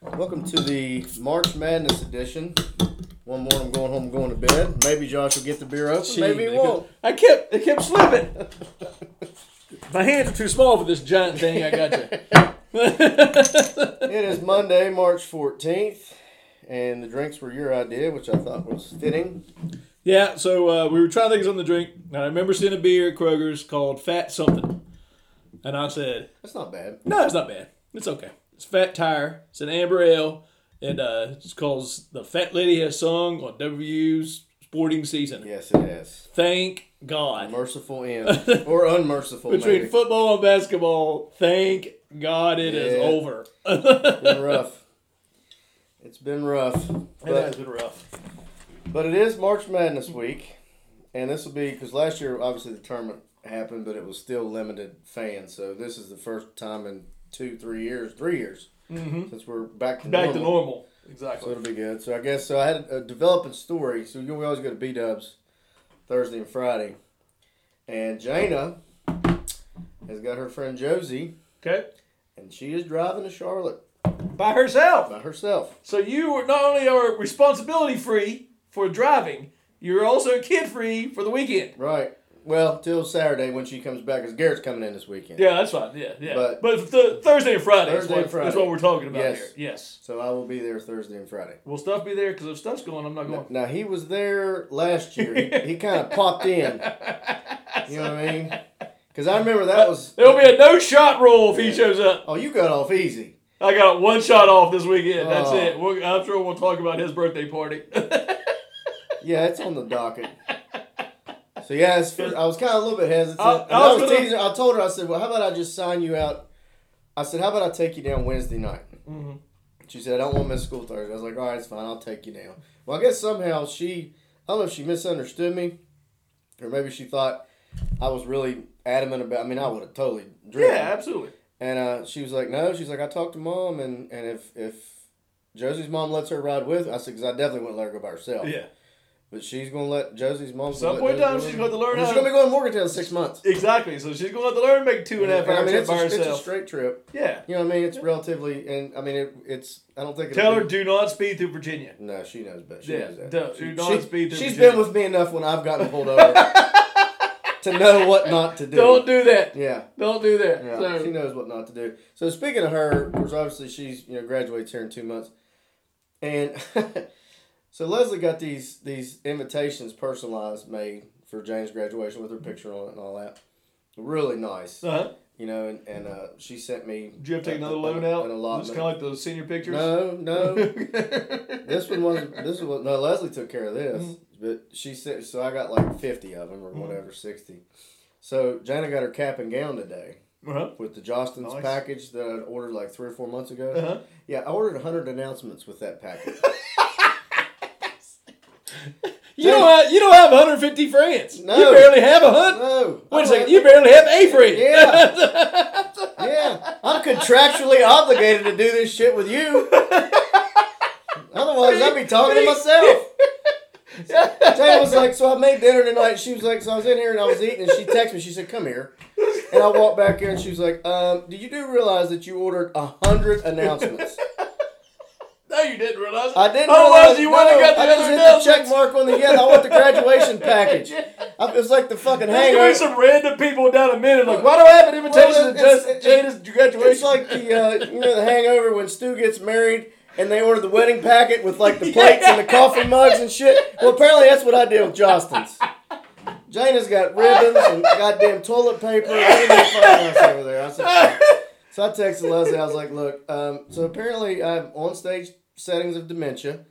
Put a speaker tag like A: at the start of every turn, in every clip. A: Welcome to the March Madness edition. One more, I'm going home, going to bed. Maybe Josh will get the beer open.
B: Gee,
A: maybe he
B: they
A: won't.
B: could- I kept, it kept slipping. My hands are too small for this giant thing. I got you.
A: It is Monday, March 14th, and the drinks were your idea, which I thought was fitting.
B: yeah, so uh, we were trying things on the drink, and I remember seeing a beer at Kroger's called Fat Something, and I said,
A: That's not bad.
B: "No, it's not bad. It's okay. It's Fat Tire. It's an amber ale, and uh, it's called the Fat Lady Has Sung on W's Sporting Season.
A: Yes, it is.
B: Thank God."
A: Merciful end. or unmerciful,
B: Between
A: maybe.
B: football and basketball, thank God it is
A: Yeah.
B: over.
A: It's been rough. It's been rough. But,
B: been rough.
A: but it is March Madness week, and this will be because last year, obviously, the tournament happened, but it was still limited fans. So this is the first time in two, three years, three years since we're back to
B: Mm-hmm. Back to
A: normal.
B: normal.
A: So
B: Exactly.
A: it'll be good. So I guess so. I had a developing story. So you we always go to B Dubs Thursday and Friday, and Jana has got her friend Josie,
B: Okay.
A: and she is driving to Charlotte
B: By herself.
A: by herself.
B: So you were not only are responsibility free for driving, you're also kid free for the weekend.
A: Right. Well, till Saturday when she comes back, because Garrett's coming in this weekend.
B: Yeah, that's fine. Yeah, yeah.
A: But-
B: But, th- Thursday and Friday, is
A: Thursday
B: what,
A: and Friday.
B: is what we're talking about
A: Yes.
B: here. Yes.
A: So I will be there Thursday and Friday.
B: Will stuff be there? Because if stuff's going, I'm not going.
A: Now he was there last year. He, he kind of popped in. You know what I mean? Because I remember that was.
B: There'll be a no shot rule if he shows up.
A: Oh, you got off easy.
B: I got one shot off this weekend. That's
A: Oh.
B: it. We're, I'm sure we'll talk about his birthday party.
A: Yeah, it's on the docket. So yeah, it's for, I was kind of a little bit hesitant.
B: I- I
A: And I,
B: was
A: was
B: gonna-
A: teasing, I told her, I said, "Well, how about I just sign you out?" I said, "How about I take you down Wednesday night?"
B: Mhm.
A: She said, "I don't want to miss school Thursday." I was like, "All right, it's fine. I'll take you down." Well, I guess somehow she, I don't know if she misunderstood me, or maybe she thought I was really adamant about. I mean, I would have totally driven.
B: yeah, absolutely.
A: And uh, she was like, "No." She's like, "I talked to mom, and and if if Josie's mom lets her ride with, I said, 'Cause I definitely wouldn't let her go by herself."
B: Yeah.
A: But she's gonna let Josie's mom.
B: Some point in time, she's going to learn
A: She's
B: how
A: gonna be going to Morgantown in six months.
B: Exactly. So she's going to have to learn to make two and a half
A: I
B: hours
A: mean, it's
B: by
A: a, it's a
B: herself.
A: straight trip.
B: yeah.
A: You know what I mean? It's relatively, and I mean, it, it's. I don't think. it'll
B: Tell her,
A: be-
B: do not speed through Virginia.
A: No, she knows, but she
B: Yeah,
A: knows that.
B: don't-
A: she,
B: do not
A: she,
B: speed through
A: She's
B: Virginia.
A: been with me enough when I've gotten pulled over to know what not to do.
B: Don't do that.
A: Yeah,
B: Don't do that.
A: yeah.
B: So,
A: she knows what not to do. So speaking of her, of course, obviously she's you know graduates here in two months, and so Leslie got these these invitations personalized made for Jane's graduation with her picture on it and all that. Really nice.
B: uh-huh.
A: you know, and, and uh, she sent me.
B: Did you have to take another
A: a- a-
B: loan out?
A: An
B: Just
A: allotment.
B: kind of like those senior pictures?
A: no, no.
B: this
A: this one was this was no. Leslie took care of this,
B: Mm-hmm.
A: but she said so. I got like fifty of them or whatever, sixty. So Jana got her cap and gown today
B: Uh-huh.
A: with the Jostens
B: Nice.
A: package that I would ordered like three or four months ago.
B: Uh-huh.
A: Yeah, I ordered hundred announcements with that package.
B: You, don't have, you don't have 150 friends.
A: No.
B: You barely have a hundred.
A: no,
B: Wait
A: I
B: a second.
A: went-
B: You barely have a friend.
A: Yeah, I'm contractually obligated to do this shit with you. Otherwise, I'd be talking to myself. Jane was like, so I made dinner tonight. She was like, so I was in here and I was eating, and she texted me. She said, come here. And I walked back here, and she was like, um, did you do realize that you ordered a hundred announcements?
B: no, you didn't realize it.
A: I didn't realize.
B: Otherwise, Oh,
A: no,
B: you wouldn't have got
A: I
B: the
A: just
B: other
A: hit the
B: announcements.
A: check mark on the yes. I want the graduation package. I, it was like the fucking
B: There's gonna
A: hangover.
B: be some random people down a minute like, why do I have an invitation
A: Well,
B: to
A: it's-
B: just Jada's graduation?
A: It's like the uh, you know the Hangover when Stu gets married and they order the wedding packet with like the plates and the coffee mugs and shit. Well, apparently that's what I did with Jostins. Jana's got ribbons and goddamn toilet paper. and everything fucking else over there. I said, so I texted Leslie. I was like, "Look, um, so apparently I have on-stage settings of dementia."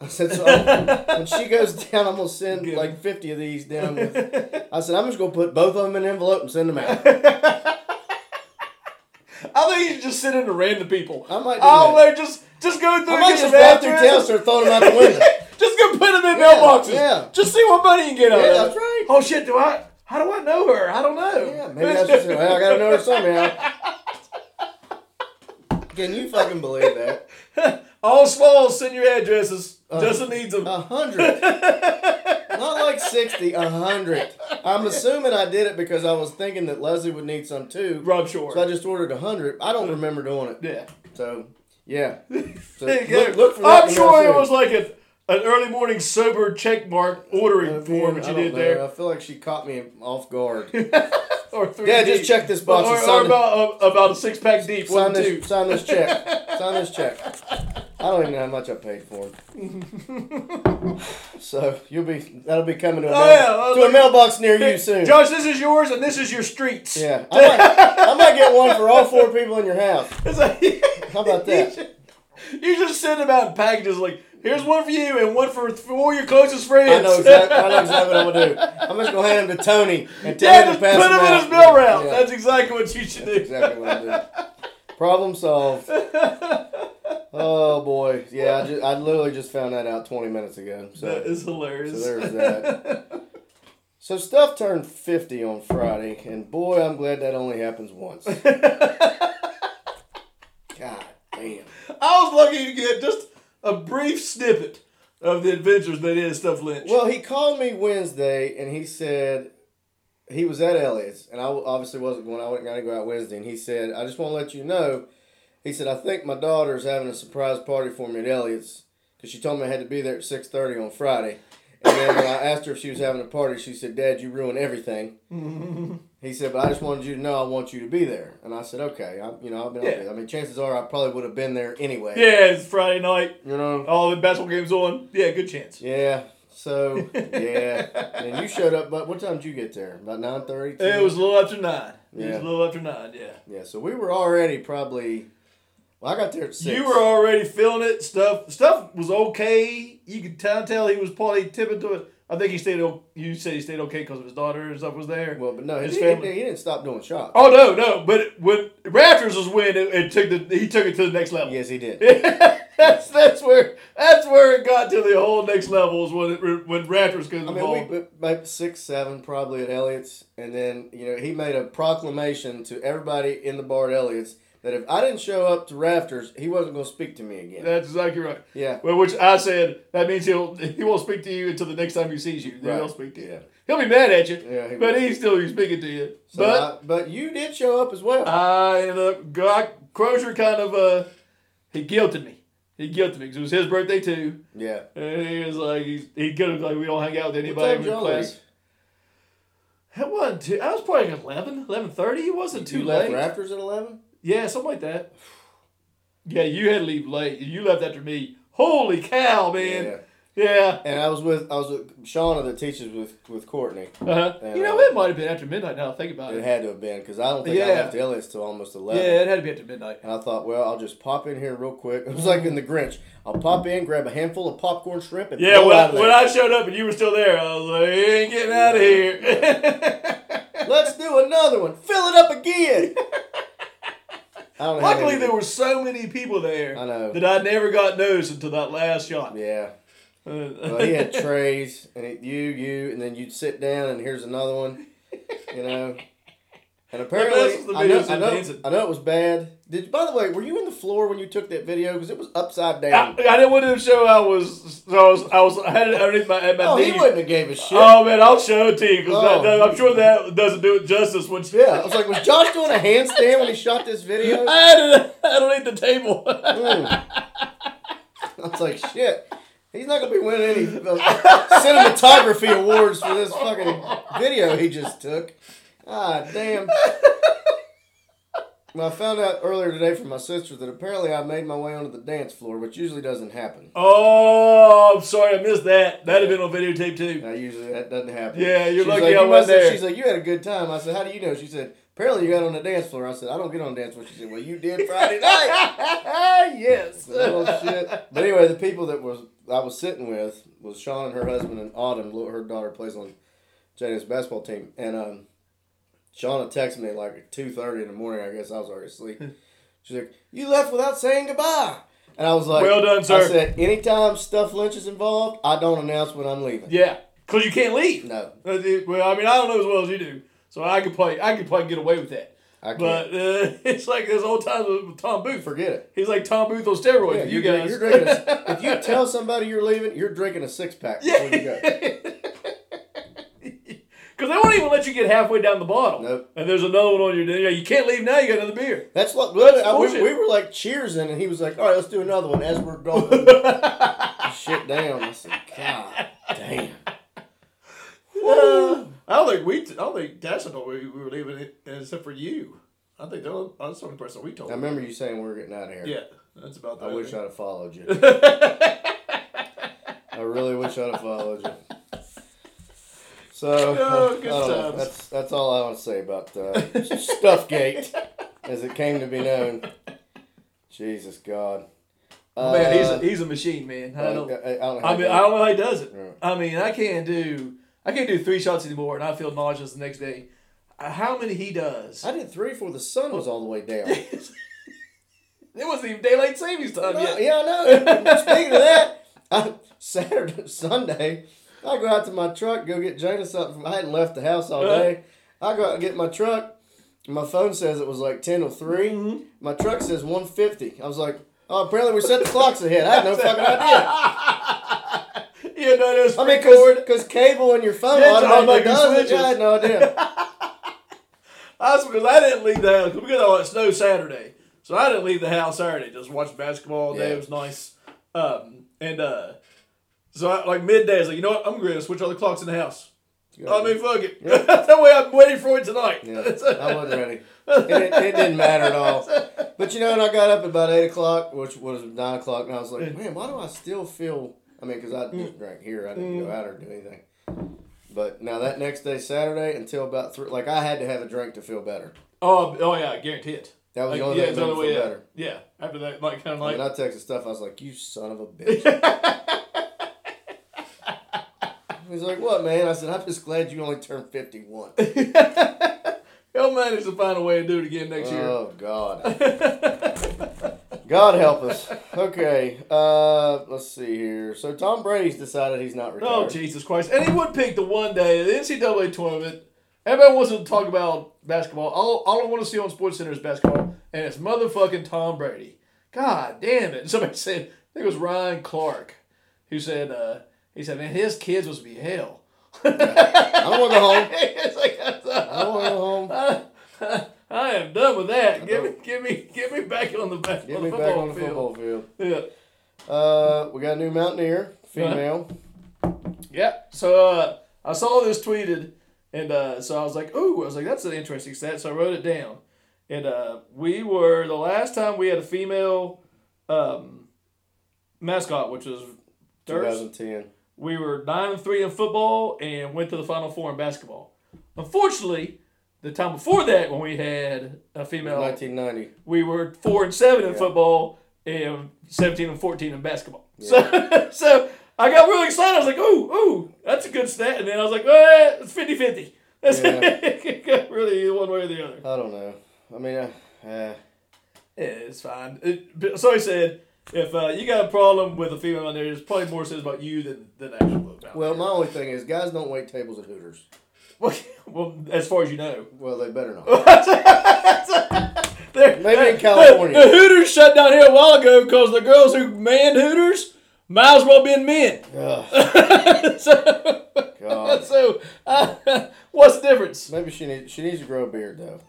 A: I said, "So I'm- when she goes down, I'm gonna send
B: Give
A: like
B: him.
A: 50 of these down." With, I said, "I'm just gonna put both of them in an envelope and send them out."
B: I think you should just send in to random people.
A: I might do
B: Oh,
A: that.
B: man, just just go through
A: I
B: and
A: might
B: get some
A: just walk through town, and
B: addresses.
A: start throwing them out the window.
B: Just go put them in
A: Yeah,
B: mailboxes.
A: yeah.
B: Just see what money you get out
A: Yeah,
B: of it.
A: that's right.
B: Oh shit, do I? How do I know her? I don't know.
A: Yeah, maybe that's just well, I gotta know her somehow. Can you fucking believe that?
B: All smalls, send your addresses.
A: Uh,
B: Justin needs them.
A: A hundred. Not like sixty, a hundred. I'm assuming I did it because I was thinking that Leslie would need some too.
B: Rob Shore.
A: So I just ordered a hundred. I don't remember doing it.
B: yeah.
A: So Yeah. So
B: There you
A: look,
B: go.
A: look for that
B: I'm
A: in
B: sure
A: there
B: it
A: soon.
B: was like an, an early morning sober check mark ordering
A: I mean,
B: form that
A: I
B: you
A: don't
B: did
A: know.
B: there.
A: I feel like she caught me off guard.
B: Or three
A: Yeah, just
B: deep.
A: check this box
B: Or,
A: and
B: or
A: sign it.
B: about, uh, about a six pack deep.
A: sign
B: One,
A: this,
B: two.
A: sign this check. sign this check. I don't even know how much I paid for it. so you'll be that'll be coming to a,
B: Oh,
A: mail-
B: yeah, well,
A: to a
B: look-
A: mailbox near you soon.
B: Josh, this is yours and this is your streets.
A: yeah, I might, I might get one for all four people in your house.
B: It's like-
A: How about that?
B: You just send them out in packages like, here's one for you and one for all your closest friends.
A: I know exactly. I know exactly what I'm gonna do. I'm just gonna hand them to Tony and tell
B: yeah,
A: him
B: just
A: to pass
B: put
A: them
B: them in
A: out.
B: his mail route.
A: Yeah,
B: That's exactly what you should do.
A: exactly what I'm doing. Problem solved. Oh boy, yeah. I, just, I literally just found that out 20 minutes ago. So
B: That is hilarious.
A: So there's that. so stuff turned 50 on Friday, and boy, I'm glad that only happens once. God damn.
B: I was lucky to get just a brief snippet of the adventures that is Stuff Lynch.
A: Well, he called me Wednesday, and he said he was at Elliot's, and I obviously wasn't going. I wasn't going to go out Wednesday, and he said, "I just want to let you know." He said, "I think my daughter's having a surprise party for me at Elliot's because she told me I had to be there at six thirty on Friday." And then when I asked her if she was having a party, she said, "Dad, you ruined everything." he said, "But I just wanted you to know I want you to be there." And I said, "Okay, I, you know, I've been.
B: Yeah.
A: I mean, chances are I probably would have been there anyway.
B: yeah, it's Friday night.
A: You know,
B: All the basketball games on. Yeah, good chance.
A: yeah. So yeah, and you showed up. But what time did you get there? About nine thirty.
B: It was a little after nine. It
A: Yeah.
B: was a little after nine. Yeah.
A: Yeah. So we were already probably. Well, I got there at six.
B: You were already feeling it. Stuff stuff was okay. You could tell tell he was probably tipping to it. I think he stayed. o- You said he stayed okay because his daughter and stuff was there.
A: Well, but no, he,
B: His
A: didn't-
B: family.
A: he didn't stop doing shots.
B: oh no, no. But when Raptors was when it, it took the he took it to the next level.
A: Yes, he did.
B: that's that's where that's where it got to the whole next level is when it, when Raptors got
A: I mean, we
B: involved.
A: but about six, seven, probably at Elliot's, and then you know he made a proclamation to everybody in the bar at Elliot's that if I didn't show up to Rafters, he wasn't going to speak to me again.
B: that's exactly right.
A: yeah.
B: Well, which I said that means he'll he won't speak to you until the next time he sees you. Then
A: Right.
B: He'll speak to you.
A: Yeah.
B: He'll be mad at you,
A: Yeah, he
B: but
A: will.
B: he's still he's speaking to you.
A: So
B: but
A: I- but you did show up as well.
B: I ended up got Crozier kind of uh he guilted me. He guilted me because it was his birthday too,
A: yeah.
B: and he was like he he guilted like we don't hang out with
A: What
B: anybody
A: time
B: in
A: did y'all
B: class.
A: leave?
B: It wasn't too. I was probably like 11, 11.30. It wasn't too
A: You
B: late.
A: left Rafters at eleven.
B: Yeah, something like that. Yeah, you had to leave late. You left after me. Holy cow, man! Yeah.
A: And I was with I was with Shauna that teaches with with Courtney.
B: Uh-huh.
A: Yeah.
B: You know, it might have been after midnight. Now I think about
A: It
B: it.
A: had to have been because I don't think I
B: Yeah.
A: left Elliot's till almost
B: yeah,
A: eleven.
B: it had to be after midnight.
A: And I thought, well, I'll just pop in here real quick. It was like in the Grinch. I'll pop in, grab a handful of popcorn shrimp, and
B: Yeah,
A: blow
B: when
A: out
B: I,
A: of there.
B: when I showed up and you were still there, I was like, "You ain't getting out of here."
A: Let's do another one. Fill it up again. I don't know how
B: Luckily,
A: they-
B: there were so many people there
A: I know.
B: that I never got noticed until that last shot.
A: Yeah,
B: Uh,
A: well, he had trays, and it, you, you, and then you'd sit down, and here's another one. You know. And
B: best is
A: apparently,
B: the
A: I know,
B: videos
A: I,
B: of
A: know,
B: dancing.
A: I know it was bad. Did by the way, were you in the floor when you took that video? Because it was upside
B: I,
A: down.
B: I didn't want to show I was, so I was, I was, I had it underneath my, at my
A: oh, he
B: knee.
A: wouldn't have gave a shit.
B: Oh man, I'll show it to you because
A: Oh.
B: I'm sure that doesn't do it justice. When she,
A: Yeah, I was like, was Josh doing a handstand when he shot this video?
B: I had it underneath the table.
A: Mm. I was like, shit. He's not gonna be winning any uh, cinematography awards for this fucking video he just took. Ah, damn. Well, I found out earlier today from my sister that apparently I made my way onto the dance floor, which usually doesn't happen.
B: oh, I'm sorry, I missed that. That'd have been on videotape too.
A: I usually that doesn't happen.
B: Yeah, you're
A: She was
B: lucky
A: like,
B: I
A: "You
B: wasn't
A: must have-"
B: there.
A: She's like, you had a good time. I said, how do you know? She said, apparently you got on the dance floor. I said, I don't get on the dance floor. She said, well, you did Friday night.
B: yes.
A: Oh, shit. But anyway, the people that was I was sitting with was Sean and her husband and Autumn. Lo- Her daughter plays on Janice basketball team, and um, Shauna texted me like at two thirty in the morning. I guess I was already asleep. She's like, "You left without saying goodbye," and I was like,
B: Well done,
A: I
B: sir.
A: said, "Anytime stuff Lynch is involved, I don't announce when I'm leaving."
B: Yeah, because you can't leave.
A: No,
B: Uh, it- Well, I mean, I don't know as well as you do, so I could play. I could play and get away with that.
A: I can't
B: But uh, it's like this old times with Tom Booth.
A: forget it.
B: He's like Tom Booth on steroids.
A: Yeah,
B: with
A: you
B: you
A: drink-
B: guys.
A: you're drinking. A, if you tell somebody you're leaving, you're drinking a six pack before you go.
B: Because they won't even let you get halfway down the bottle.
A: Nope.
B: And there's another one on your dinner. You can't leave now. You got another beer.
A: That's what
B: That's
A: I- we,
B: bullshit.
A: we were like cheersing, and he was like, "All right, let's do another one." As we're going, shit down. I said, "God damn."
B: Uh, I don't think we. T- I don't think Dash and I we, we were leaving it except for you. I think that was, that's the only person we told.
A: I remember you saying we were getting out of here.
B: Yeah, that's about. The
A: I
B: only
A: wish
B: thing.
A: I'd have followed you. I really wish I'd have followed you. So
B: Oh, good
A: I don't know.
B: times.
A: that's that's all I want to say about uh, Stuffgate, as it came to be known. Jesus God,
B: man, he's
A: Uh,
B: a, he's a machine, man. I don't.
A: I, I don't
B: I
A: have
B: mean,
A: that.
B: I don't know how he does it.
A: uh, Yeah.
B: I mean, I can't do. I can't do three shots anymore, and I feel nauseous the next day. Uh, How many he does?
A: I did three before the sun was all the way down.
B: it wasn't even daylight savings time
A: No,
B: yet.
A: yeah, I know. Speaking of that, I, Saturday, Sunday, I go out to my truck, go get Jana something. I hadn't left the house all
B: Uh-huh.
A: day. I go out and get my truck. My phone says it was like 10 or 3.
B: Mm-hmm.
A: My truck says 150. I was like, oh, apparently we set the clocks ahead. I had no fucking idea.
B: Yeah, no, there's
A: I mean, because cable in your phone
B: Yeah, it's
A: automatically does
B: automatic
A: it.
B: switches.
A: I had no idea.
B: That's because I didn't leave the house. 'cause We got all that snow Saturday, so I didn't leave the house Saturday. Just watched basketball all day.
A: Yeah.
B: It was nice. Um, and uh, so I, like midday, I was like, you know what? I'm gonna switch all the clocks in the house. I mean, fuck it. that way I'm waiting for it tonight.
A: Yeah, I wasn't ready. It, it didn't matter at all. But you know, and I got up about eight o'clock, which was nine o'clock, and I was like, man, why do I still feel? I mean, because I
B: Mm.
A: just drank here, I didn't go out or do anything. But now that next day, Saturday, until about three, like I had to have a drink to feel better.
B: Oh, oh yeah, I guarantee it.
A: That was
B: Like,
A: the only
B: yeah,
A: thing
B: it's
A: that
B: the
A: made me feel
B: other way. Yeah.
A: better.
B: yeah, after that, like kind of
A: When
B: like
A: I texted stuff, I was like, you son of a bitch. He's like, what, man? I said, I'm just glad you only turned 51.
B: he'll manage to find a way to do it again next year.
A: Oh God. God help us. Okay, uh, let's see here. So Tom Brady's decided he's not retired.
B: Oh Jesus Christ! And he would pick the one day the NCAA tournament. Everybody wants to talk about basketball. All, all I want to see on Sports Center is basketball, and it's motherfucking Tom Brady. God damn it! Somebody said, I think it was Ryan Clark, who said, uh, he said, man, his kids must be hell.
A: I don't want to go home.
B: it's like,
A: I don't want to go home.
B: I am done with that. Give me, give me, give me back on the back.
A: Get
B: on
A: me
B: the
A: back
B: football
A: on the
B: field.
A: football field.
B: Yeah.
A: Uh, we got a new Mountaineer, female.
B: Yeah. So uh, I saw this tweeted, and uh, so I was like, "Ooh!" I was like, "That's an interesting stat." So I wrote it down, and uh, we were the last time we had a female um, mascot, which was Dirks.
A: 2010.
B: We were nine and three in football, and went to the Final Four in basketball. Unfortunately, the time before that, when we had a female,
A: 1990.
B: we were four and seven in football and seventeen and fourteen in basketball. So, so I got really excited. I was like, "Ooh, ooh, that's a good stat." And then I was like, "Well, it's 50-50. That's
A: Yeah.
B: it got really either one way or the other.
A: I don't know. I mean, uh, uh,
B: Yeah, it's fine. It, but- so he said, "If uh, you got a problem with a female on there, there's probably more says about you than than actual about."
A: well, my only thing is guys don't wait tables at Hooters.
B: well, well, as far as you know,
A: Well, they better not.
B: They're-
A: Maybe in
C: The
A: California.
C: Hooters shut down here a while ago because the girls who manned Hooters might as well been men.
A: Ugh,
C: so,
A: God.
C: so uh, what's the difference?
A: Maybe she needs she needs to grow a beard though.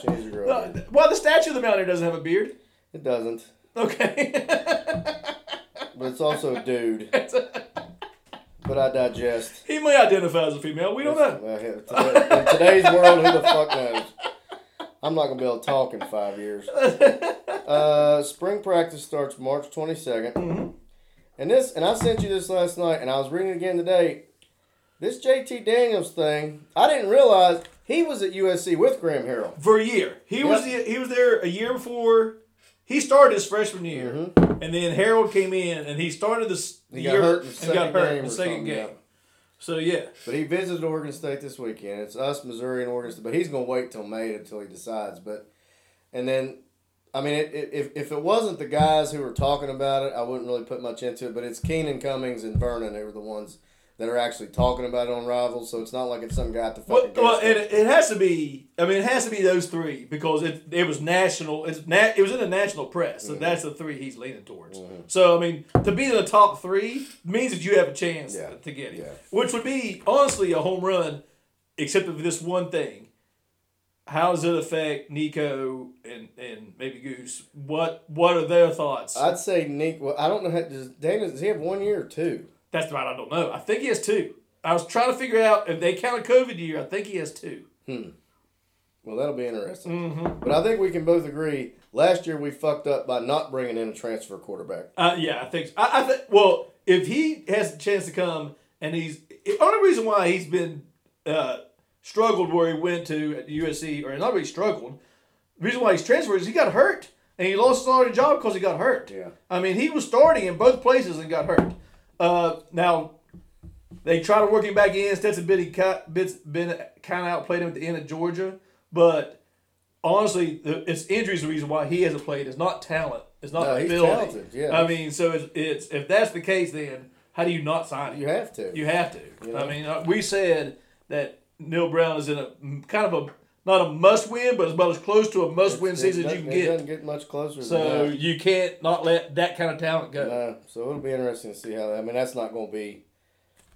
A: She needs to grow a
B: Uh,
A: beard.
B: well, the statue of the mountaineer doesn't have a beard.
A: It doesn't.
B: Okay.
A: But it's also a dude. But I digest.
B: he may identify as a female. We don't know.
A: Well, in today- in today's world, who the fuck knows? I'm not gonna be able to talk in five years. Uh, spring practice starts March 22nd,
B: Mm-hmm.
A: and this and I sent you this last night, and I was reading it again today. This JT Daniels thing, I didn't realize he was at USC with Graham Harrell.
B: for a year. He was the, he was there a year before. He started his freshman year, and then Harold came in, and he started this
A: Mm-hmm. He got
B: year
A: hurt in the
B: and
A: second
B: got hurt
A: game
B: in
A: or
B: the second
A: something,
B: game.
A: yeah.
B: So yeah,
A: But he visited Oregon State this weekend. It's us, Missouri, and Oregon State. But he's gonna wait till May until he decides. But and then, I mean, it, it, if if it wasn't the guys who were talking about it, I wouldn't really put much into it. But it's Keenan Cummings and Vernon. They were the ones that are actually talking about it on Rivals. So it's not like it's some guy at the
B: well,
A: fucking.
B: well
A: gas
B: and it, it has to be. I mean, it has to be those three because it it was national. It's na- it was in the national press,
A: Mm-hmm.
B: so that's the three he's leaning towards. So I mean, to be in the top three means that you have a chance
A: Yeah.
B: to get it,
A: Yeah.
B: which would be honestly a home run. except for this one thing. How does it affect Nico and, and maybe Goose? What what are their thoughts?
A: I'd say Nick. Well, I don't know. How, does Dana? Does he have one year or two?
B: That's right. I don't know. I think he has two. I was trying to figure out if they count a COVID year. I think he has two.
A: Well, that'll be interesting.
B: Mm-hmm.
A: But I think we can both agree. Last year we fucked up by not bringing in a transfer quarterback.
B: Uh, yeah, I think. I, I think. Well, if he has a chance to come, and he's the only reason why he's been uh, struggled where he went to at USC, or not really struggled. The reason why he's transferred is he got hurt, and he lost his starting job because he got hurt.
A: Yeah.
B: I mean, he was starting in both places and got hurt. Uh, now they try to work him back in. Stetson Biddy cut, bits been kind of outplayed him at the end of Georgia, but honestly, the, it's injuries the reason why he hasn't played. It's not talent. It's not
A: No, he's
B: ability.
A: talented, yeah.
B: I mean, so it's, it's if that's the case, then how do you not sign him?
A: You have to.
B: You have to. I mean, uh, we said that Neil Brown is in a mm, kind of a not a must win, but it's about as close to a must win season as you can
A: It doesn't
B: get.
A: get much closer.
B: So
A: than
B: you can't not let that kind of talent
A: that.
B: go.
A: No. so it'll be interesting to see how. That, I mean, that's not going to be.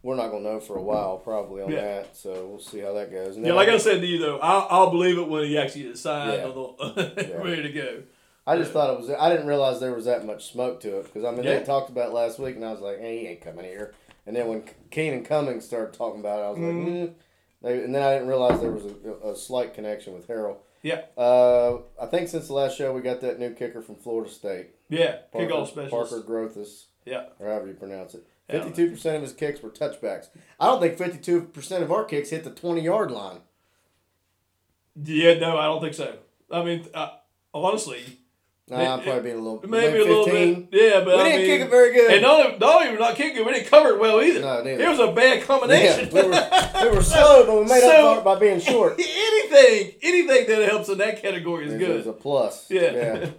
A: We're not going to know for a while, probably on
B: Yeah.
A: that. So we'll see how that goes. And
B: Yeah,
A: then
B: like
A: I,
B: I said to you though, I'll, I'll believe it when he actually is signed
A: Yeah.
B: or the- ready to go.
A: I just thought it was. I didn't realize there was that much smoke to it because I mean
B: Yeah.
A: they talked about it last week, and I was like, "Hey, he ain't coming here." And then when Keenan Cummings started talking about it, I was
B: Mm-hmm.
A: like, mm. they, and then I didn't realize there was a, a slight connection with Harold.
B: Yeah,
A: Uh, I think since the last show, we got that new kicker from Florida State.
B: yeah,
A: Parker,
B: kickoff specialist.
A: Parker Grothus,
B: Yeah,
A: or however you pronounce it.
B: Yeah, I don't know.
A: Fifty-two percent of his kicks were touchbacks. I don't think fifty-two percent of our kicks hit the twenty-yard line.
B: yeah, no, I don't think so. I mean, uh, honestly,
A: Nah,
B: It-
A: I'm probably being a little
B: Maybe a little
A: 15.
B: bit. Yeah, but
A: We
B: I
A: didn't
B: mean,
A: kick it very good.
B: And not only, not only were not kicking it, we didn't cover it well either.
A: No, neither.
B: It was a bad
A: Yeah,
B: combination.
A: we were, we were slow, but we made
B: So-
A: up for it by being short.
B: anything, anything that helps in that category is
A: It was a
B: good.
A: plus.
B: Yeah.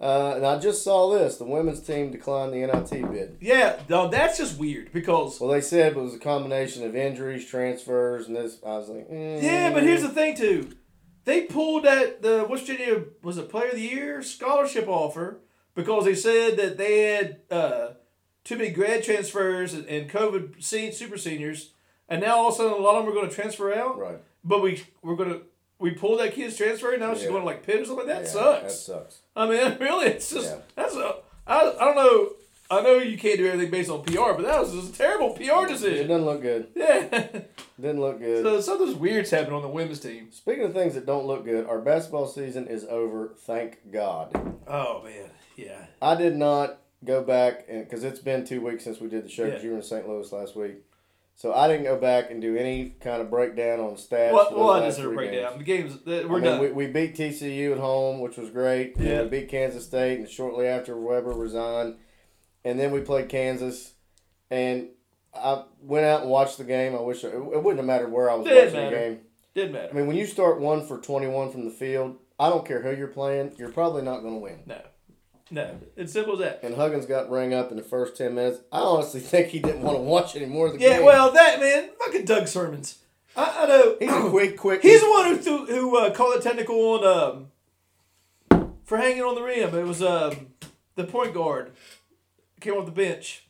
A: Uh, and I just saw this: the women's team declined the NIT bid.
B: Yeah, no, that's just weird because.
A: Well, they said it was a combination of injuries, transfers, and this. I was like, mm.
B: Yeah, but here's the thing too, they pulled that the West Virginia was it Player of the Year scholarship offer because they said that they had uh, too many grad transfers and, and COVID se- super seniors, and now all of a sudden a lot of them are going to transfer out.
A: right.
B: But we we're gonna we pulled that kid's transfer and now she's
A: Yeah.
B: going to like Pitt or something. That
A: Yeah, That
B: sucks.
A: sucks.
B: I mean, really, it's just
A: Yeah.
B: that's a I, I don't know. I know you can't do everything based on PR, but that was just a terrible PR
A: It
B: decision.
A: doesn't look good.
B: Yeah.
A: Didn't look good.
B: so something's weird's happening on the women's team.
A: Speaking of things that don't look good, our basketball season is over. Thank God.
B: Oh man, yeah.
A: I did not go back and because it's been two weeks since we did the show. 'cause
B: Yeah.
A: You were in St. Louis last week, so I didn't go back and do any kind of breakdown on stats.
B: Well,
A: for the
B: well I
A: last
B: deserve a
A: three games.
B: breakdown. The games that we're
A: I mean,
B: done.
A: we, we beat TCU at home, which was great. And
B: Yeah.
A: We beat Kansas State, and shortly after Weber resigned, and then we played Kansas, and I went out and watched the game. I wish it, it wouldn't have mattered where I was
B: Didn't
A: watching
B: matter.
A: the game.
B: Didn't
A: I
B: matter.
A: mean, when you start one for twenty-one from the field, I don't care who you're playing, you're probably not going to win.
B: No, no. It's simple as that.
A: And Huggins got rang up in the first ten minutes. I honestly think he didn't want to watch any more of the
B: Yeah.
A: game.
B: Well, that man, fucking Doug Sermons. I, I know.
A: he's a quick, quick.
B: He's the one who threw, who uh, called a technical on um, for hanging on the rim. It was um, the point guard came off the bench.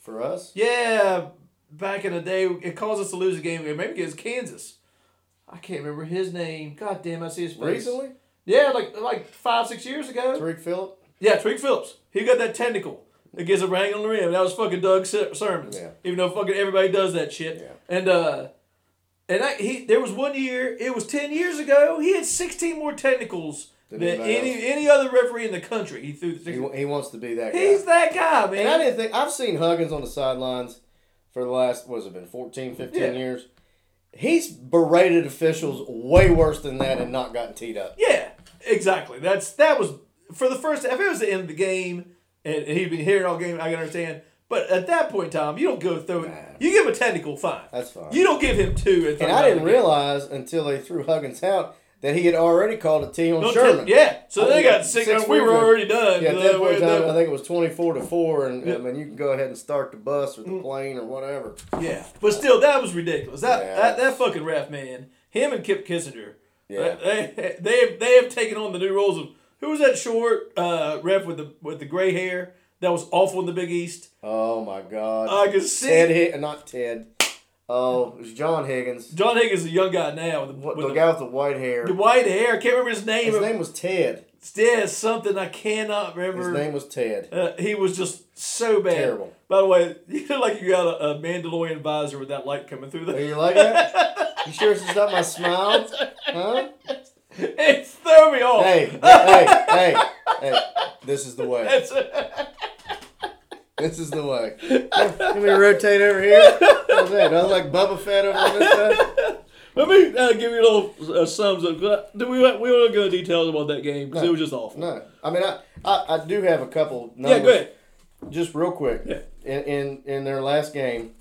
A: for us.
B: Yeah, back in the day, it caused us to lose a game. Maybe against Kansas. I can't remember his name. God damn, I see his face.
A: Recently,
B: Yeah, like like five six years ago.
A: Tariq Phillip.
B: Yeah, Tariq Phillips. He got that technical. It gets a rang on the rim. That was fucking Doug Ser- Sermons.
A: Yeah.
B: Even though fucking everybody does that shit.
A: Yeah.
B: And uh and I, he there was one year, it was ten years ago, he had sixteen more technicals than,
A: Than anybody
B: any
A: else.
B: any other referee in the country. He threw
A: He,
B: 16.
A: he wants to be that. guy.
B: He's that guy,
A: And I
B: man.
A: didn't think I've seen Huggins on the sidelines for the last what's it been 14, 15
B: Yeah.
A: years. He's berated officials way worse than that and not gotten teed up.
B: Yeah, exactly. That's that was for the first if it was the end of the game and, and he'd been here all game, I can understand. But at that point in time, you don't go throw it.
A: Nah.
B: You give a technical fine.
A: That's fine.
B: You don't give him two and,
A: and I didn't realize until they threw Huggins out that he had already called a tee on
B: Don't
A: Sherman.
B: tell- yeah. So
A: I
B: they
A: think
B: got
A: it's
B: six.
A: six
B: we were
A: weeks.
B: already done.
A: Yeah, at that
B: Uh,
A: point in
B: we're
A: time, I
B: done.
A: think it was twenty four to four, and I
B: Yeah.
A: mean you can go ahead and start the bus or the plane or whatever.
B: yeah. But still, that was ridiculous. That
A: Yeah.
B: that, that fucking ref man, him and Kip Kissinger,
A: Yeah.
B: they, they they have, they have taken on the new roles of who was that short uh, ref with the with the gray hair that was awful in the Big East.
A: Oh my God!
B: I could Uh, see
A: Ted hit, not Ted. Oh, it was John Higgins.
D: John Higgins is a young guy now with, the-
A: What,
D: with
A: the
D: the,
A: guy with the white hair.
D: the white hair. I can't remember his name.
A: His name was Ted.
D: It's dead something I cannot remember.
A: His name was Ted.
D: Uh, he was just so bad.
A: Terrible.
D: By the way, you look like you got a, a Mandalorian visor with that light coming through
A: Are
D: the.
A: Oh, you like that? You sure it's just not my smile? Huh?
D: it threw me off.
A: Hey, hey, hey, hey. This is the way.
D: That's-
A: This is the way. Let me rotate over here. How's that? I like Bubba Fett over on this side.
B: Let me uh, give you a little uh, sums up. Do we we don't go into details about that game because
A: No.
B: it was just awful.
A: No, I mean I, I, I do have a couple numbers.
B: Yeah, go ahead.
A: Just real quick.
B: Yeah.
A: In, in in their last game,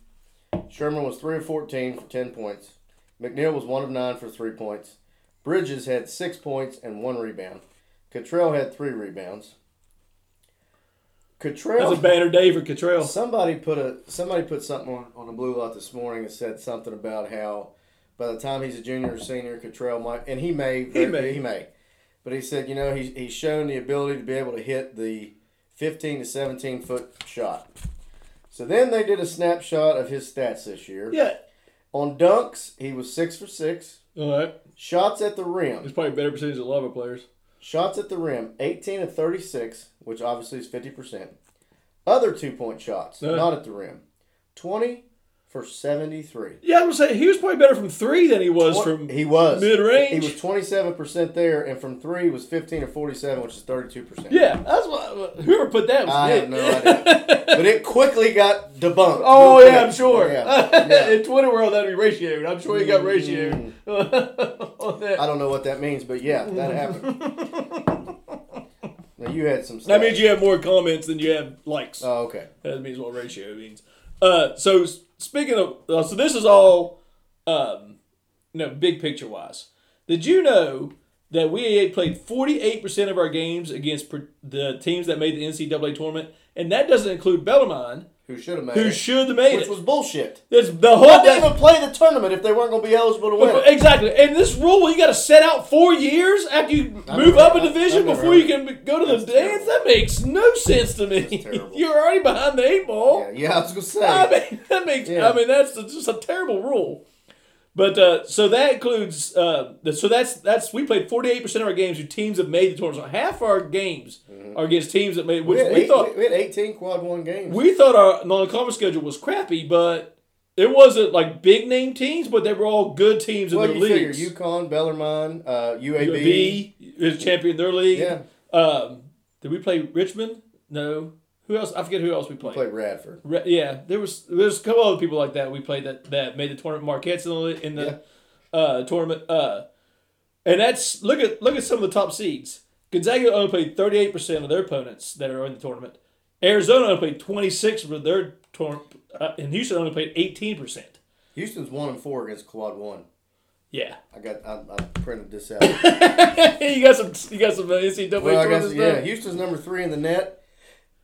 A: Sherman was three of fourteen for ten points. McNeil was one of nine for three points. Bridges had six points and one rebound. Cottrell had three rebounds. Cottrell
B: That's a banner day for Cottrell.
A: Somebody put a somebody put something on, on the blue lot this morning and said something about how by the time he's a junior or senior, Cottrell might and he may
B: He may.
A: he may, but he said you know he's he's shown the ability to be able to hit the fifteen to seventeen foot shot. So then they did a snapshot of his stats this year.
B: Yeah.
A: On dunks, he was six for six.
B: All right.
A: Shots at the rim,
B: It's probably better percentage of lava players.
A: shots at the rim, eighteen of thirty six, which obviously is fifty percent. Other two point shots,
B: Uh.
A: not at the rim, twenty for seventy three.
B: Yeah, I was saying he was probably better from three than he was from.
A: he was
B: mid-range?
A: He was twenty seven percent there, and from three was fifteen or forty seven, which is thirty two percent.
B: Yeah, that's what whoever put that was.
A: I
B: good.
A: have no idea, but it quickly got debunked.
D: Oh
A: Real
D: yeah, I'm
A: quick.
D: sure.
A: Yeah, yeah. Mm.
D: In Twitter world, that'd be ratioed. I'm sure he got ratioed on that.
A: I don't know what that means, but yeah, that happened. now you had some. Stuff.
B: That means you have more comments than you have likes.
A: Oh, okay.
B: that means what ratio means. Uh, so s- speaking of, uh, so this is all, um, you know, big picture wise. Did you know that we had played forty eight percent of our games against pr- the teams that made the NCAA tournament, and that doesn't include Bellarmine,
A: Who should have made
B: who
A: it?
B: should have made
A: which
B: it.
A: was bullshit.
B: It's the
A: Why
B: whole
A: did they even play the tournament if they weren't going to be eligible to win it?
B: Exactly, and this rule you got to set out four years after you move
A: never-
B: up a
A: I- I've
B: division
A: never
B: before
A: heard
B: you can be- go to the
A: That's
B: dance.
A: terrible.
B: That makes no sense to me.
A: terrible.
B: You're already behind the eight ball.
A: Yeah, yeah, I was going to say.
B: I mean, that makes.
A: Yeah.
B: I mean, that's just a terrible rule. But uh, so that includes. Uh, the- so that's that's we played forty eight percent of our games with teams that made the tournament. So half our games
A: Mm-hmm.
B: are against teams that made.
A: we,
B: Which
A: had
B: we,
A: eight-
B: thought
A: we had 18 quad one games.
B: we thought our non conference schedule was crappy, but it wasn't like big name teams, but they were all good teams in
A: well,
B: their
A: you figure
B: leagues.
A: UConn, Bellarmine, uh, UAB.
B: B is champion in their league.
A: Yeah.
B: Um, did we play Richmond? No. Who else? I forget who else we played.
A: Played Radford.
B: Re- yeah, there was there's a couple other people like that we played that that made the tournament. Marquette's in the, in the uh, tournament, uh, and that's look at look at some of the top seeds. Gonzaga only played thirty eight percent of their opponents that are in the tournament. Arizona only played twenty six of their tournament, uh, and Houston only played eighteen percent.
A: Houston's one and four against quad one.
B: Yeah,
A: I got. I, I printed this out.
B: you got some you got some uh, NCAA
A: well, I
B: tournament
A: guess
B: stuff.
A: yeah. Houston's number three in the net.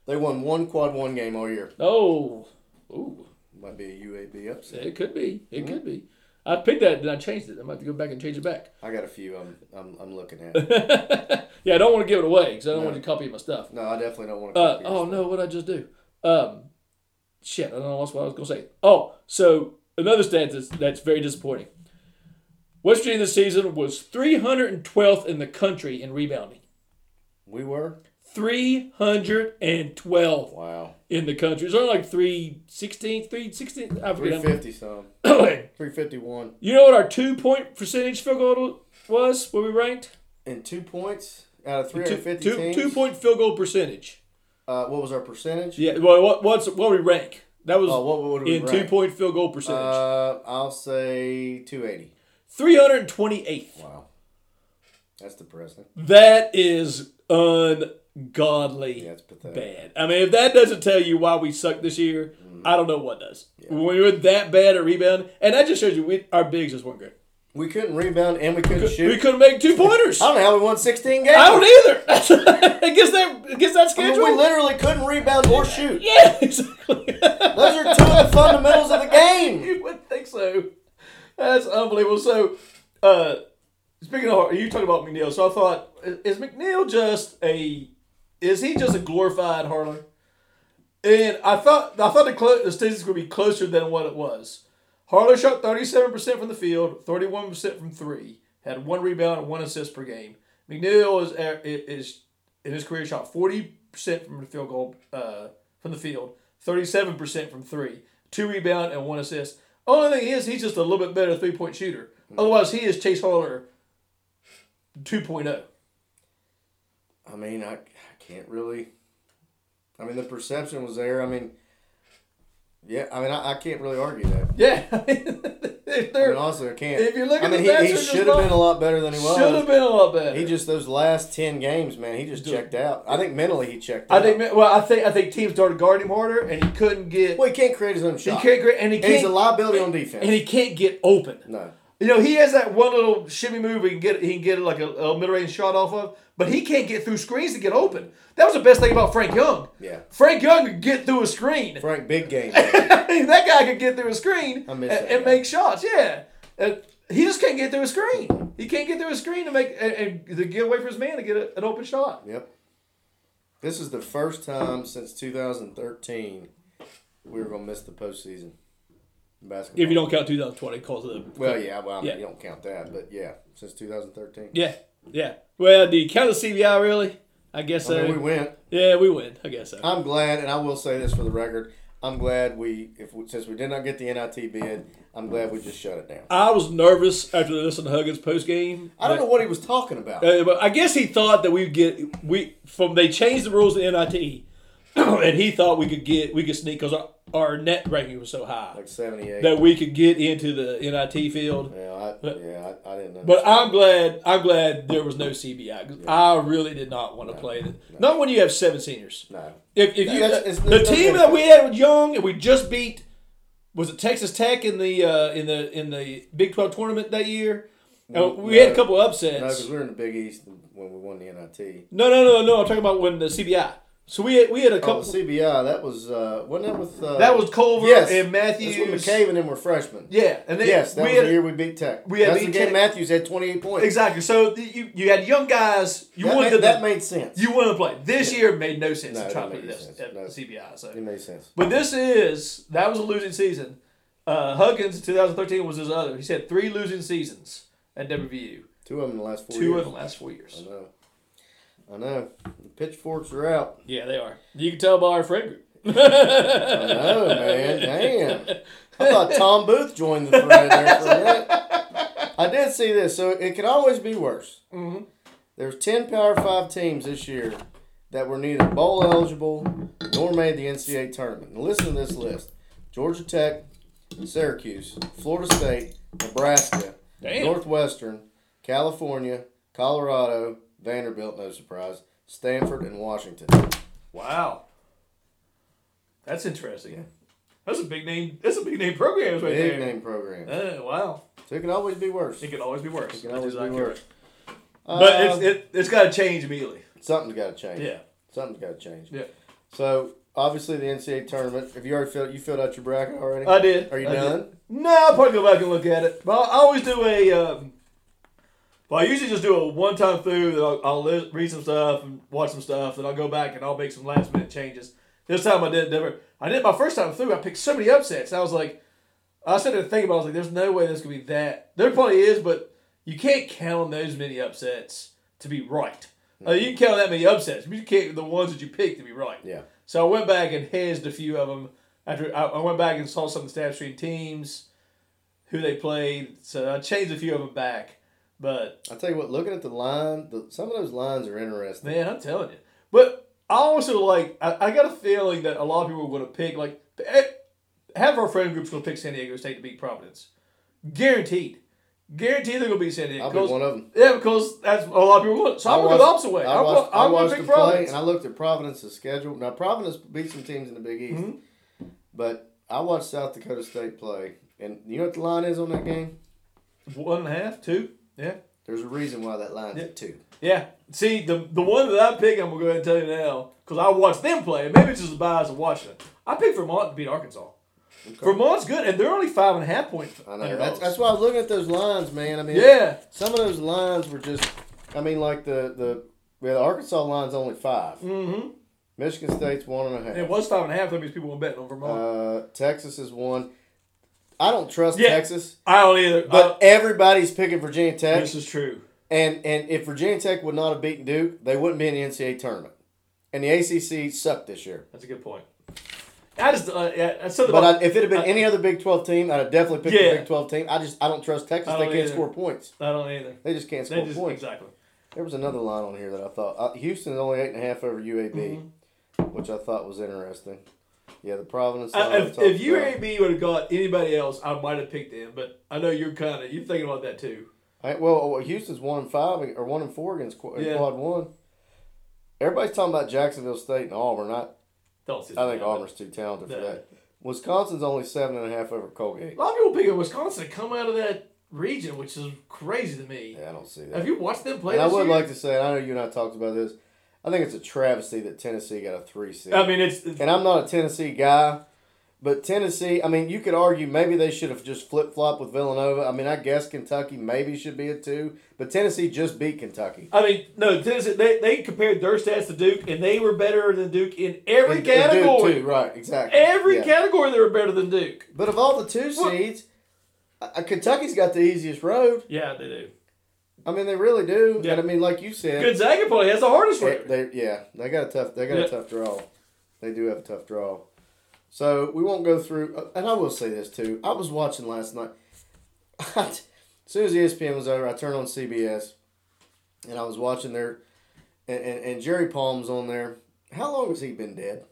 A: They won one quad one game all year.
B: Oh, ooh,
A: Might be a UAB upset.
B: it could be, it could be. I picked that and I changed it. I might have to go back and change it back.
A: I got a few. I'm. I'm, I'm looking at.
B: Yeah, I don't want to give it away because I don't want to copy my stuff.
A: No, I definitely don't want to.
B: Uh, oh no, what I just do? Um, shit, I don't know what I was gonna say. Oh, so another stat that's, that's very disappointing. West Virginia this season was 312th in the country in rebounding.
A: We were.
B: 312
A: Wow.
B: in the country. It's only like 316, 316. I
A: Three
B: forget.
A: fifty some.
B: how-
A: Three fifty one.
B: you know what our two point percentage field goal was? Where we ranked?
A: And two points out of three
B: Two,
A: hundred fifty
B: two,
A: teams.
B: two point field goal percentage.
A: Uh, what was our percentage?
B: Yeah, well, what, what's, what we rank? That was
A: Oh, what, what would we
B: in
A: rank?
B: two point field goal percentage.
A: Uh, I'll say two eighty.
B: 328th.
A: Wow. That's depressing.
B: That is ungodly
A: Yeah, it's pathetic.
B: bad. I mean, if that doesn't tell you why we suck this year,
A: Mm.
B: I don't know what does. When we were that bad at rebound, and that just shows you we, our bigs just weren't good.
A: We couldn't rebound and we couldn't shoot.
B: We couldn't make two pointers.
A: I
B: I
A: don't know how we won 16 games.
B: don't either. against that against
A: I
B: that
A: mean,
B: schedule.
A: we literally couldn't rebound or shoot.
B: yeah, exactly.
A: Those are two of the fundamentals of the game.
D: you wouldn't think so. That's unbelievable. So, uh, speaking of, you talking about McNeil. So I thought, i- is McNeil just a? Is he just a glorified Harlan? And I thought I thought the, clo- the statistics would be closer than what it was.
B: Harlow shot 37% from the field, 31% from three, had one rebound and one assist per game. McNeil is, uh, is in his career shot 40% from the field goal uh, from the field, 37% from three, two rebound and one assist. Only thing is he's just a little bit better three point shooter. Otherwise, he is Chase Harler 2.0.
A: I mean, I, I can't really. I mean, the perception was there. I mean, yeah. I mean, I, I can't really argue that.
B: Yeah.
A: I mean,
B: They're,
A: honestly, I can't.
B: If you look
A: I
B: at
A: mean,
B: the
A: he, he
B: Masters
A: should have been a
B: result,
A: lot better than he was.
B: should have been a lot better.
A: He just those last ten games, man. He just checked out. I think mentally he checked out.
B: I think. Well, I think. I think teams started guarding him harder, and he couldn't get.
A: Well, he can't create his own
B: he
A: shot.
B: can't get, and he
A: and he's a
B: can't.
A: liability on defense.
B: And he can't get open.
A: no.
B: You know, he has that one little shimmy move he can get. He can get like a, a mid range shot off of, but he can't get through screens to get open. That was the best thing about Frank Young.
A: Yeah.
B: Frank Young could get through a screen.
A: Frank, big game.
B: that guy could get through a screen
A: I
B: and,
A: miss that
B: and
A: guy.
B: make shots. Yeah, And he just can't get through a screen. He can't get through a screen to make and, and to get away from his man to get a, an open shot.
A: yep. This is the first time since 2013 we were gonna miss the postseason. in Basketball.
C: If you don't count 2020 because of the
A: Well, yeah. Well, I mean,
C: Yeah.
A: you don't count that, but yeah, since 2013.
C: yeah, yeah. Well, do you count the CBI really? I guess
A: I
C: so.
A: mean, we went.
C: yeah, we win. I guess so.
A: I'm glad, and I will say this for the record. I'm glad we, if we, since we did not get the NIT bid, I'm glad we just shut it down.
C: I was nervous after listening to Huggins post game.
A: I don't know what he was talking about.
C: Uh, but I guess he thought that we'd get we from they changed the rules in NIT, and he thought we could get we could sneak because our, our net ranking was so high
A: Like 78.
C: that we could get into the NIT field.
A: yeah, I, yeah, I, I didn't know.
C: But I'm glad I'm glad there was no CBI. 'cause I really did not want to play it. Not when you have seven seniors.
A: no.
C: If, if
A: No,
C: you
A: that's- it's-
C: the
A: it's-
C: team that we had with Young and we just beat was it Texas Tech in the uh, in the in the Big Twelve tournament that year. Uh, we had a couple upsets.
A: Mm-hmm. No, because we were in the Big East when we won the NIT.
C: No, no, no, no. I'm talking about when the CBI. So we had, we had a
A: Oh,
C: couple.
A: the CBI, that was, uh, wasn't that with. Uh,
B: That was Culver
A: yes,
B: and
A: That's
B: Matthews.
A: when McCabe and them were freshmen.
B: Yeah, and then
A: Yes, that
B: we
A: was
B: had,
A: the year we beat Tech.
B: we had
A: That's
B: beat
A: the game
B: Tech.
A: Matthews had 28 points.
B: exactly. So the, you you had young guys. You
A: That,
B: wanted
A: made,
B: to,
A: that made sense.
B: you wanted to play. This year made no sense
A: No,
B: to try
A: that
B: to play
A: made
B: this
A: sense.
B: at
A: No.
B: CBI. So,
A: it made sense.
B: but this is that was a losing season. Uh, Huggins, 2013 was his other. He's had three losing seasons at WVU.
A: Two of them in the last four
B: Two
A: years.
B: of the last four years.
A: I know. I know. The pitchforks are out.
C: yeah, they are. You can tell by our friend group.
A: I know, man. Damn. I thought Tom Booth joined the thread there for a minute. I did see this, so it can always be worse. Mm-hmm. There's 10 Power 5 teams this year that were neither bowl eligible nor made the NCAA tournament. Now listen to this list Georgia Tech, Syracuse, Florida State, Nebraska,
C: Damn.
A: Northwestern, California, Colorado, Vanderbilt, no surprise, Stanford, and Washington.
B: Wow, that's interesting. That's a big name. That's a big name program right
A: Big
B: there.
A: name program.
B: Oh, wow,
A: So it can always be worse.
B: it could always be worse.
A: It can
B: That Um,
A: always
B: is
A: be
B: accurate.
A: worse.
B: But
A: Uh,
B: it's, it, it's got to change immediately.
A: something's got to change.
B: Yeah.
A: something's got to change.
B: Yeah.
A: So obviously the NCAA tournament. Have you already filled? You filled out your bracket already?
B: I did.
A: Are you
B: Uh, I did.
A: done?
B: No, I'll probably go back and look at it. But I always do a. Um, well, I usually just do a one time through that I'll, I'll li- read some stuff and watch some stuff, and I'll go back and I'll make some last minute changes. This time I did different. I did my first time through. I picked so many upsets. I was like, I started to think about. it, I was like, there's no way this could be that. There probably is, but you can't count on those many upsets to be right. Uh, you can count on that many upsets, but you can't the ones that you pick to be right.
A: Yeah.
B: So I went back and hedged a few of them. After I, I went back and saw some of the staff stream teams, who they played. So I changed a few of them back. But
A: I tell you what, looking at the line, the, some of those lines are interesting.
B: man, I'm telling you. But I also like. I, I got a feeling that a lot of people are going to pick like eh, half our friend group's going to pick San Diego State to beat Providence, guaranteed. Guaranteed they're going to beat San Diego.
A: I'll be
B: Because-
A: one of them.
B: Yeah, because that's a lot of people want. So I'm going to go the opposite way.
A: I
B: I'm
A: watched,
B: gonna- I'm going to
A: watched
B: pick
A: them play,
B: Providence.
A: and I looked at Providence's schedule. Now Providence beat some teams in the Big East,
B: Mm-hmm.
A: but I watched South Dakota State play, and you know what the line is on that game?
B: One and a half, two. Yeah.
A: There's a reason why that line's at two.
B: Yeah. See, the the one that I pick, I'm gonna go ahead and tell you now, because I watched them play. and Maybe it's just the bias of watching it. I picked Vermont to beat Arkansas. Vermont's good, and they're only five and a half point.
A: I know. That's,
B: underdogs.
A: that's why I was looking at those lines, man. I mean,
B: Yeah.
A: some of those lines were just, I mean, like the the, well, the Arkansas line's only 5 Mm-hmm. Michigan State's one and a
B: And it
A: half.
B: was five and a half. That means people were betting on Vermont.
A: Uh, Texas is one. I don't trust
B: Yeah.
A: Texas,
B: I don't either.
A: but everybody's picking Virginia
B: Uh,
A: Tech.
B: this is true.
A: And and if Virginia Tech would not have beaten Duke, they wouldn't be in the NCAA tournament. And the ACC sucked this year.
B: That's a good point. I just uh, yeah, that's something
A: But
B: about,
A: I, if it had been any other Big Twelve team, I'd have definitely picked
B: Yeah.
A: the Big Twelve team. I just I don't trust Texas.
B: I
A: they
B: don't
A: can't
B: either.
A: score points.
B: I, don't either.
A: They just can't
B: They
A: score
B: just
A: points.
B: exactly.
A: There was another line on here that I thought uh, Houston's only eight and a half over UAB,
B: Mm-hmm.
A: which I thought was interesting. Yeah, the Providence.
B: I,
A: line I
B: Uh, if
A: talked
B: if
A: about.
B: UAB would have got anybody else, I might have picked them. But I know you're kind of you're thinking about that too.
A: I- well, well, Houston's one and five or one and four against quad,
B: Yeah.
A: quad one. Everybody's talking about Jacksonville State and Auburn. I
B: Don't sit
A: I think
B: down.
A: Auburn's too talented for
B: No.
A: that. Wisconsin's only seven and a half over Colgate.
B: A lot of people pick up Wisconsin to come out of that region, which is crazy to me.
A: Yeah, I don't see that.
B: Have you watched them play?
A: And I
B: this
A: would
B: year?
A: like to say, and I know you and I talked about this. I think it's a travesty that Tennessee got a three seed.
B: I mean, it's, it's
A: and I'm not a Tennessee guy, but Tennessee. I mean, you could argue maybe they should have just flip flop with Villanova. I mean, I guess Kentucky maybe should be a two, but Tennessee just beat Kentucky.
B: I mean, no, Tennessee, they, they compared their stats to Duke, and they were better than Duke in every
A: And- and Duke,
B: category.
A: too, right? Exactly.
B: every
A: Yeah.
B: category, they were better than Duke.
A: But of all the two
B: Well-
A: seeds, I- I- Kentucky's got the easiest road.
B: Yeah, they do.
A: I mean, they really do.
B: Yeah.
A: And I mean, like you said,
B: Gonzaga probably has the hardest
A: They,
B: record.
A: they yeah, they got a tough they got
B: Yeah.
A: a tough draw. They do have a tough draw. So we won't go through. uh, And I will say this too. I was watching last night. as soon as E ESPN was over, I turned on CBS, and I was watching their, and, and, and Jerry Palm's on there. How long has he been dead?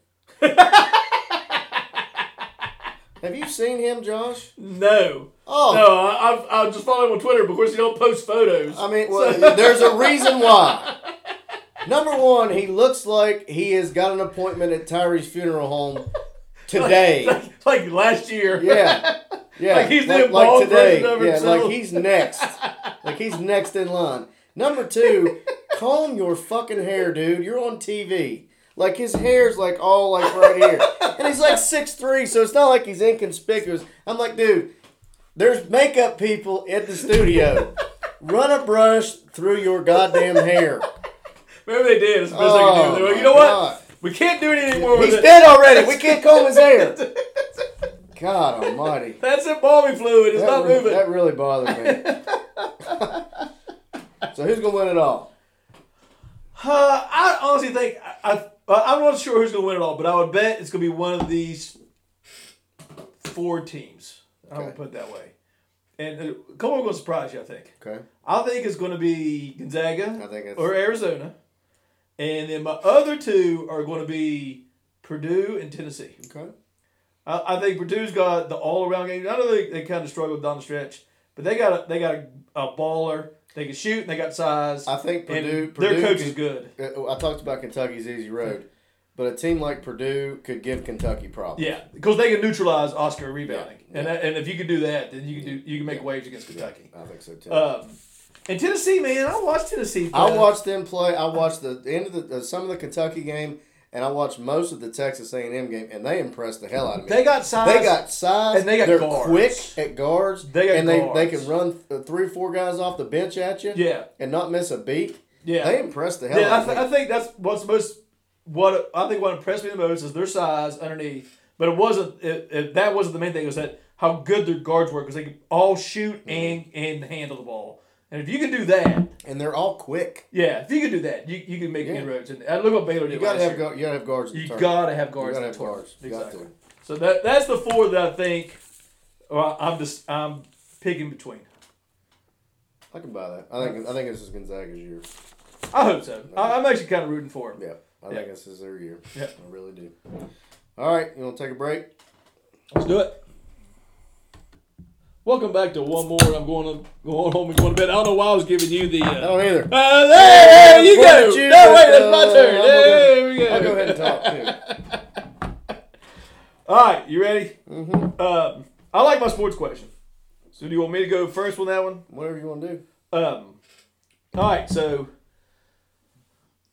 A: have you seen him, Josh?
B: No,
A: Oh,
B: no, I, I've, I've just follow him on Twitter, but of course he don't post photos.
A: I mean, well, there's a reason why. Number one, he looks like he has got an appointment at Tyree's funeral home today.
B: like, like last year.
A: Yeah, yeah,
B: Like he's the evolved version of
A: Yeah,
B: himself.
A: like he's next. Like he's next in line. Number two, comb your fucking hair, dude. You're on TV. Like his hair's like all like right here, and he's like six three, so it's not like he's inconspicuous. I'm like, dude, there's makeup people at the studio. Run a brush through your goddamn hair.
B: Maybe they did. It's the best they
A: Oh,
B: could do. They're like,
A: my
B: you know what?
A: God.
B: We can't do it anymore. with
A: He's
B: it.
A: dead already. We can't comb his hair. God Almighty.
B: That's embalming fluid. It's
A: That,
B: not
A: re-
B: moving.
A: that really bothered me. so who's gonna win it all?
B: Uh, I honestly think I, I I'm not sure who's gonna win it all, but I would bet it's gonna be one of these four teams. I'm gonna
A: Okay.
B: put it that way. And uh, Colorado gonna surprise you. I think.
A: Okay.
B: I think it's gonna be Gonzaga
A: I think it's-
B: or Arizona, and then my other two are gonna be Purdue and Tennessee.
A: Okay.
B: I, I think Purdue's got the all around game. I know they, they kind of struggled down the stretch, but they got a, they got a, a baller. They can shoot. and They got size.
A: I think
B: and
A: Purdue.
B: their
A: Purdue
B: coach
A: could-
B: is good.
A: Uh, I talked about Kentucky's easy road, but a team like Purdue could give Kentucky problems.
B: Yeah, because they can neutralize Oscar rebounding,
A: Yeah,
B: and that, and if you can do that, then you can do you can make waves against Kentucky.
A: I think so too.
B: Um, and Tennessee, man, I watched Tennessee.
A: I
B: play.
A: watched them play. I watched the end of the uh, some of the Kentucky game, and I watched most of the Texas A and M game, and they impressed the hell out of me.
B: They got size.
A: They got size.
B: And they got
A: They're
B: guards.
A: quick at guards.
B: They got
A: and they,
B: guards.
A: they can run th- three or four guys off the bench at you.
B: Yeah.
A: And not miss a beat.
B: Yeah.
A: They impressed the hell
B: Yeah, I,
A: out of
B: th-
A: me.
B: I think that's what's most what I think what impressed me the most is their size underneath. But it wasn't it, it, that wasn't the main thing. It was that how good their guards were because they could all shoot and
A: Mm-hmm.
B: and handle the ball. And if you can do that,
A: and they're all quick.
B: yeah, if you can do that, you, you can make
A: Yeah.
B: inroads. And uh, look what Baylor did
A: You gotta
B: last
A: have
B: year.
A: gu- you gotta have guards. at the
B: you
A: tournament.
B: gotta have guards.
A: You gotta
B: in
A: have
B: the tournament.
A: guards. You got
B: Exactly.
A: to.
B: So that that's the four that I think. Well, I'm just I'm picking between.
A: I can buy that. I think I think this is Gonzaga's year.
B: I hope so. I, I'm actually kind of rooting for him.
A: Yeah. I
B: Yeah.
A: think this is their year.
B: Yeah.
A: I really do. All right, you want to take a break?
C: Let's do it. Welcome back to one more. I'm going to going home and going to bed. I don't know why I was giving you the.
A: I
C: Uh,
A: don't either.
C: uh, there you
A: Point
C: go.
A: at you,
C: no,
A: but,
C: wait, that's my
A: uh,
C: turn.
A: I'm
C: There we go.
A: I'll go ahead and talk too.
B: All right, you ready? Mm-hmm. Um, I like my sports question. So do you want me to go first with that one?
A: Whatever you want to do.
B: Um, all right, so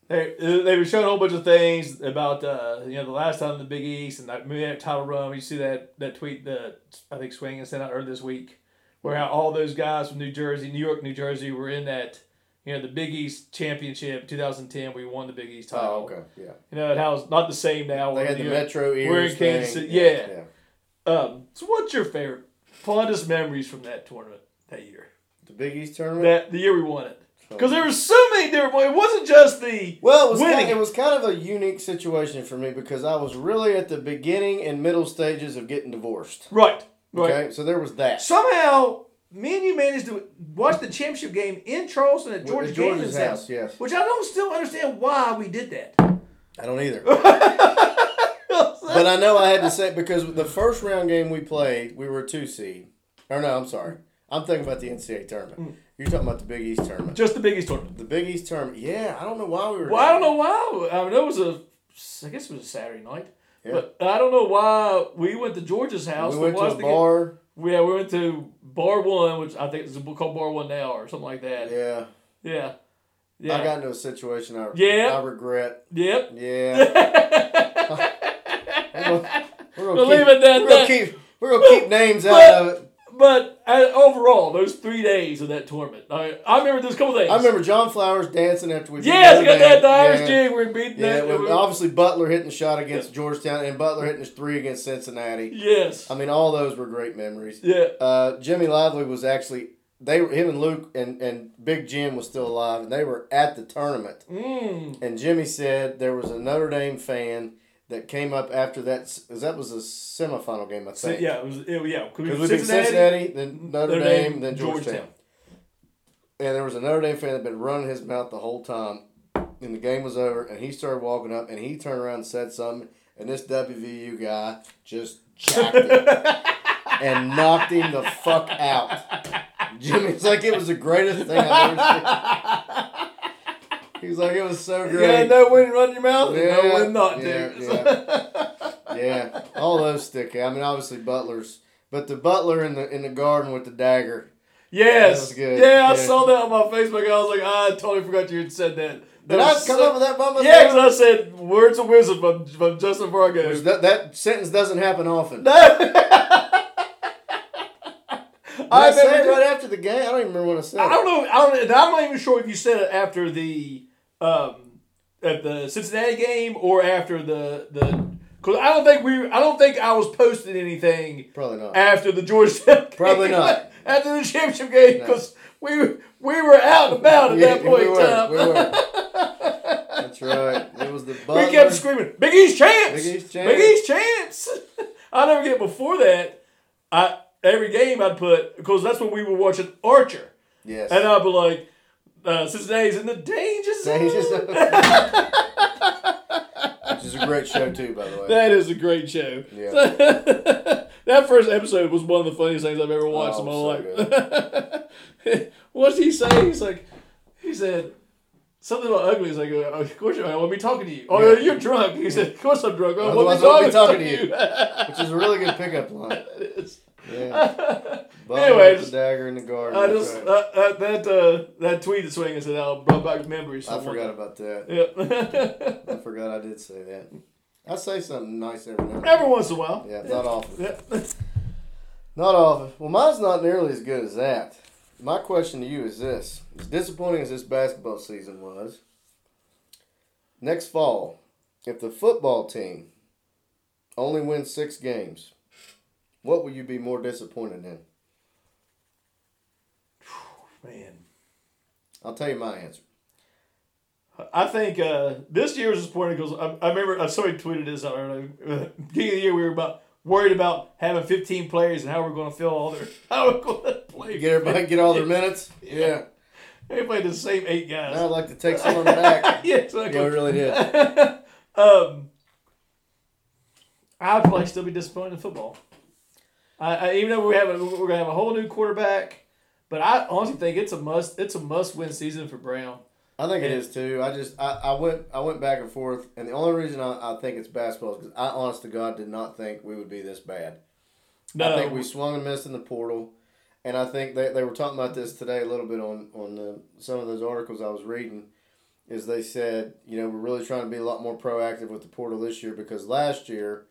B: they they were showing a whole bunch of things about uh, you know the last time in the Big East and that maybe that title run. You see that that tweet that I think Swinging sent out earlier this week, where how all those guys from New Jersey, New York, New Jersey were in that you know the Big East championship 2010. We won the Big East title.
A: Oh, okay. Yeah.
B: You know and how it's not the same now.
A: They had the
B: You know,
A: Metro ears.
B: we're in Kansas
A: thing.
B: City- yeah.
A: yeah.
B: Um, so what's your favorite fondest memories from that tournament that year.
A: The Big East tournament.
B: That the year we won it. Because there were so many different. It wasn't just the
A: Well, it was,
B: winning.
A: kind it was kind of a unique situation for me because I was really at the beginning and middle stages of getting divorced.
B: right, right.
A: Okay, so there was that.
B: Somehow, me and you managed to watch the championship game in Charleston at
A: With-
B: George
A: at George's
B: Gaines'
A: house,
B: house,
A: yes.
B: which I don't still understand why we did that.
A: I don't either. but I know I had to say because the first round game we played, we were a two seed. Or no, I'm sorry. I'm thinking about the NCAA tournament.
B: Hmm.
A: You're talking about the Big East tournament.
B: Just the biggest tournament.
A: The Big East tournament. Yeah, I don't know why we were.
B: Well, I don't know why. I mean, it was a. I guess it was a Saturday night. But I don't know why we went to George's house.
A: We
B: to
A: went to
B: watch
A: a
B: the
A: bar.
B: Game. Yeah, we went to Bar One, which I think is called Bar One now or something like that.
A: Yeah.
B: Yeah. Yeah.
A: I got into a situation I,
B: Yeah.
A: I regret.
B: yep.
A: Yeah. we're gonna, we're gonna
B: We'll leave it at
A: we're gonna
B: that.
A: keep we're gonna keep names out of it.
B: But uh, overall, those three days of that tournament, I, I remember there's a couple things.
A: I remember John Flowers dancing after we. beat
B: Yes, I
A: Notre
B: got that.
A: Dame.
B: The Irish
A: yeah.
B: jig. We're beating
A: Yeah,
B: that.
A: well,
B: we-
A: obviously Butler hitting the shot against Georgetown and Butler hitting his three against Cincinnati.
B: yes.
A: I mean, all those were great memories.
B: yeah.
A: Uh, Jimmy Lively was actually they were him and Luke and, and Big Jim was still alive and they were at the tournament.
B: Mm.
A: And Jimmy said there was a Notre Dame fan that came up after that. s- That was a semifinal game, I
B: So,
A: think.
B: yeah. It was. It, yeah.
A: Because we beat Cincinnati, then Notre, Dame, then Georgetown. And there was a Notre Dame fan that had been running his mouth the whole time. And the game was over, and he started walking up, and he turned around and said something, and this WVU guy just jacked him and knocked him the fuck out. Jimmy's like, it was the greatest thing I've ever seen. He was like, it was so
B: You
A: great.
B: got no wind running your mouth. and
A: Yeah,
B: no wind not,
A: yeah,
B: dude.
A: Yeah. yeah, all those stick out. I mean, obviously Butler's, but the Butler in the in the garden with the dagger.
B: yes.
A: That was good.
B: Yeah, I
A: Yeah.
B: saw that on my Facebook. I was like, I totally forgot you had said that. that
A: Did I come
B: was so-
A: up with that by myself?
B: Yeah, because I said words of wisdom from, from Justin Fargo.
A: Because that, that sentence doesn't happen often. Did I,
B: I
A: say it
B: remember-
A: right after the game. I don't even remember what I said.
B: I don't know. I don't, and I'm not even sure if you said it after the um, at the Cincinnati game or after the the because I don't think we I don't think I was posting anything
A: Probably not.
B: after the Georgetown. game.
A: Probably not.
B: after the championship game
A: No.
B: because we we were out and about at
A: Yeah,
B: that point
A: we
B: in
A: were,
B: time.
A: We were. That's right. It was the Butler.
B: We kept screaming, Big East champs!
A: Big East champs."
B: Big East champs!" I never get before that. I every game I'd put because that's when we were watching Archer,
A: Yes.
B: and I'd be like, uh, "Cincinnati's in the danger zone."
A: Danger zone. Which is a great show too, by the way.
C: That is a great show.
A: Yeah.
C: that first episode was one of the funniest things I've ever watched
A: Oh,
C: in my life. what did he say? He's like,
B: He said something about ugly. He's like, "Uh, "Of course, I want to be talking to you." Oh, you're drunk. He said, "Of course, I'm drunk. I want
A: Otherwise,
B: to be
A: I won't
B: talking,
A: be talking to
B: to you."
A: Which is a really good pickup line.
B: That is-
A: Yeah. Butler
B: Anyways,
A: with the dagger in the garden.
B: I
A: That's
B: just
A: right.
B: uh, uh, that uh, that tweet this swing. I said, "I brought back memories."
A: I forgot about that.
B: Yeah.
A: I forgot I did say that. I say something nice every now and then.
B: Every once in a while.
A: Yeah, not often.
B: Yeah.
A: Not often. Well, mine's not nearly as good as that. My question to you is this: As disappointing as this basketball season was, next fall, if the football team only wins six games, what will you be more disappointed in?
B: Man,
A: I'll tell you my answer.
B: I think uh, this year was disappointing because I, I remember uh, somebody tweeted this. I don't know. Uh, beginning of the year, we were about worried about having 15 players and how we're going to fill all their how we're going to play.
A: Get everybody get all their minutes. Yeah.
B: They played the same eight guys.
A: Now I'd like to take some of them back.
B: yeah, exactly.
A: Uh, Yeah, we really did.
B: um, I'd probably still be disappointed in football. I, I even though we have a, we're gonna have a whole new quarterback, but I honestly think it's a must. It's a must win season for Brown.
A: I think it is too. I just I, I went I went back and forth, and the only reason I, I think it's basketball is because I honest to God did not think we would be this bad.
B: No,
A: I think we swung and missed in the portal, and I think they, they were talking about this today a little bit on on the, some of those articles I was reading. Is they said you know we're really trying to be a lot more proactive with the portal this year because last year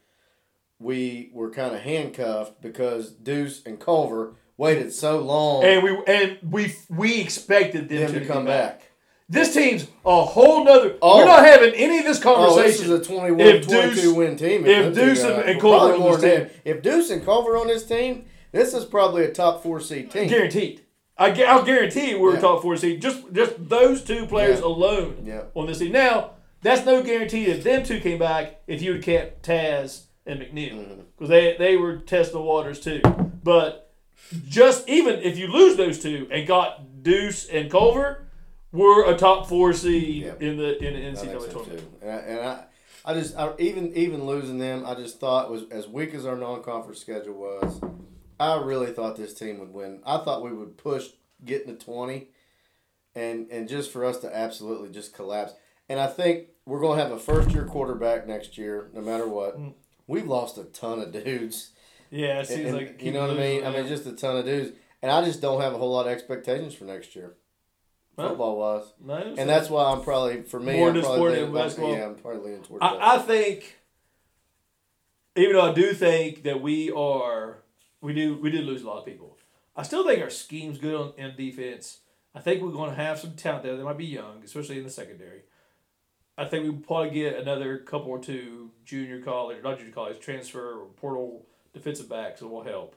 A: we were kind of handcuffed because Deuce and Culver waited so long
B: and we and we we expected them,
A: for them to come back.
B: This team's a whole nother.
A: Oh.
B: We're not having any of this
A: Oh, this is
B: conversation.
A: a 21
B: If
A: 22
B: Deuce-
A: win team. those
B: if
A: two
B: Deuce and-
A: guys-
B: and
A: well, probably
B: Culver on
A: more
B: this
A: than
B: team.
A: that. If Deuce and Culver on this team, This is probably a top four seed team.
B: Guaranteed. I, gu- I'll guarantee we're
A: Yeah.
B: top four seed. Just just those two players
A: Yeah.
B: alone
A: Yeah.
B: on this team. Now, that's no guarantee if them two came back if you had kept Taz and
A: Mm-hmm.
B: McNeil because they, they were testing the waters too. But just even if you lose those two and got Deuce and Culver, we're a top four seed
A: Yeah.
B: in the in the
A: I think
B: NCAA
A: so
B: tournament.
A: too. And I, and I, I just I, even even losing them, I just thought was as weak as our non-conference schedule was. I really thought this team would win. I thought we would push, get into twenty, and and just for us to absolutely just collapse. And I think we're gonna have a first-year quarterback next year, no matter what. We've lost a ton of dudes.
B: Yeah, it seems
A: and-
B: like
A: you know what I mean. I mean, just a ton of dudes, and I just don't have a whole lot of expectations for next year,
B: Well,
A: football wise.
B: no, I understand.
A: And that's why I'm probably for me.
B: More
A: I'm
B: into
A: probably
B: sport
A: leaning-
B: than basketball.
A: Yeah, I'm probably leaning towards that.
B: I, I think, even though I do think that we are, we do we did lose a lot of people. I still think our scheme's good on in defense. I think we're going to have some talent there that might be young, especially in the secondary. I think we probably get another couple or two junior college, not junior college, transfer or portal defensive backs that will help.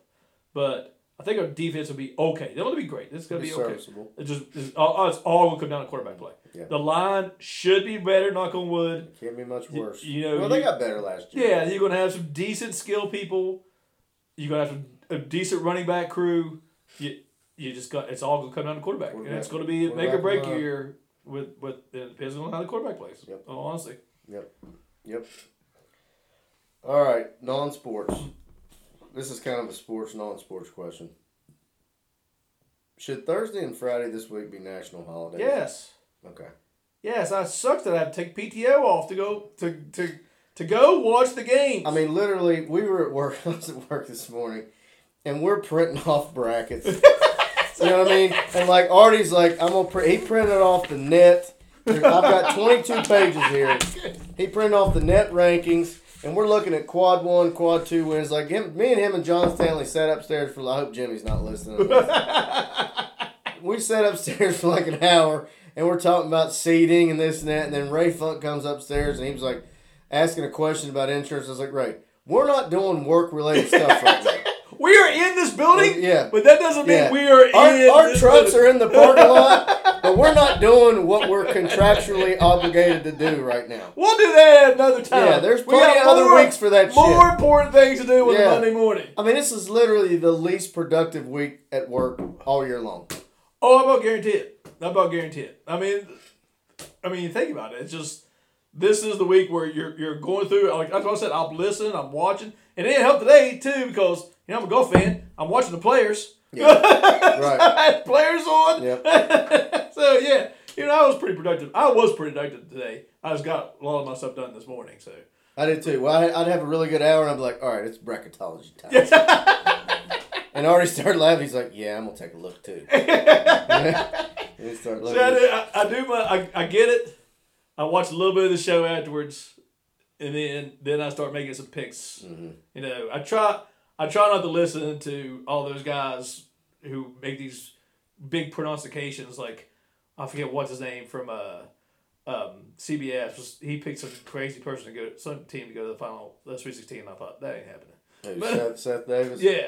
B: But I think our defense will be okay. They're going to be great. This is going to
A: Be
B: be okay.
A: serviceable.
B: It just it's all, it's all going to come down to quarterback play.
A: Yeah.
B: The line should be better. Knock on wood.
A: Can't be much
B: Y-
A: worse.
B: you know,
A: well, they
B: you-
A: got better last year.
B: Yeah, you're gonna have some decent skill people. You're gonna have some, a decent running back crew. You you just got it's all gonna come down to quarterback, and it's gonna be a make or break
A: Quarterback, uh,
B: year with with it depends on how the quarterback plays.
A: Yep.
B: Oh, honestly,
A: Yep. All right, non-sports. This is kind of a sports non-sports question. Should Thursday and Friday this week be national holidays?
B: yes,
A: Okay.
B: yes. I sucked that I had to take PTO off to go to to to go watch the game.
A: I mean, literally, we were at work. I was at work this morning, and we're printing off brackets. you know what I mean? And like Artie's like, I'm gonna print. He printed off the net. I've got 22 pages here. He printed off the net rankings, and we're looking at quad one, quad two wins. Like him, me and him and John Stanley sat upstairs for. I hope Jimmy's not listening. to this. we sat upstairs for like an hour, and we're talking about seating and this and that. And then Ray Funk comes upstairs, and he was like asking a question about insurance. I was like, right, we're not doing work related stuff right now.
B: we are in this building.
A: Yeah.
B: but that doesn't mean
A: Yeah.
B: we are in.
A: Our, our
B: this
A: trucks
B: building.
A: are in the parking lot, but we're not doing what we're contractually obligated to do right now.
B: We'll do that another time.
A: Yeah, there's
B: We got
A: plenty of other
B: more-
A: weeks for that
B: More
A: shit.
B: important things to do on
A: Yeah.
B: Monday morning.
A: I mean, this is literally the least productive week at work all year long.
B: Oh, I'm about guarantee it. I'm about guarantee it. I mean, I mean, you think about it. It's just this is the week where you're you're going through. it. Like that's what I said. I'm listening. I'm watching, and it didn't help today too because you know I'm a golf fan. I'm watching the players.
A: Right.
B: I had players on.
A: Yep.
B: so yeah, you know I was pretty productive. I was pretty productive today. I just got a lot of my stuff done this morning. So
A: I did too. Well, I'd- I'd have a really good hour, and I'd be like, all right, it's bracketology time. and I already started laughing. He's like, yeah, I'm going to take a look too. And he started
B: See, I,
A: looking.
B: do, I, I do my I, I get it. I watch a little bit of the show afterwards, and then then I start making some picks. You know, I try I try not to listen to all those guys who make these big pronunciations. Like I forget what's his name from uh, um, CBS. was- He picked some crazy person to go some team to go to the final the Sweet Sixteen. I thought that ain't happening.
A: Who, Seth, Seth Davis.
B: Yeah,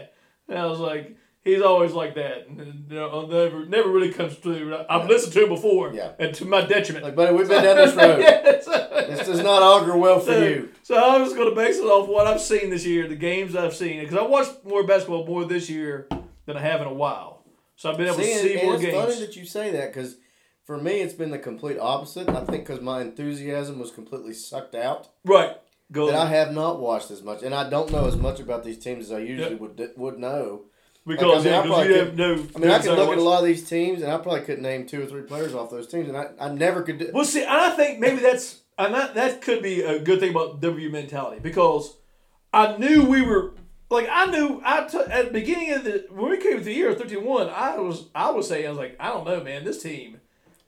B: and I was like, he's always like that, and you know, I'll never never really comes through. I've listened to him before,
A: Yeah.
B: and to my detriment.
A: Like, buddy, we've been down this road.
B: Yeah, so-
A: This does not augur well for you.
B: So I was going to base it off what I've seen this year, the games I've seen, because I watched more basketball more this year than I have in a while. So I've been able
A: See,
B: to
A: and,
B: see
A: and
B: more
A: it's funny
B: games.
A: that you say that because for me it's been the complete opposite. I think because my enthusiasm was completely sucked out
B: Right. Go.
A: that I have not watched as much, and I don't know as much about these teams as I usually
B: Yeah.
A: would would know.
B: because
A: Like, I mean, I
B: yeah, 'cause you
A: probably
B: have no.
A: I mean, I could look at a lot of these teams, and I probably could name two or three players off those teams, and I, I never could. Do,
B: Well, see, I think maybe that's and that that could be a good thing about W mentality because I knew we were like I knew I t- at the beginning of the when we came to the year thirteen one I was I was saying I was like I don't know man this team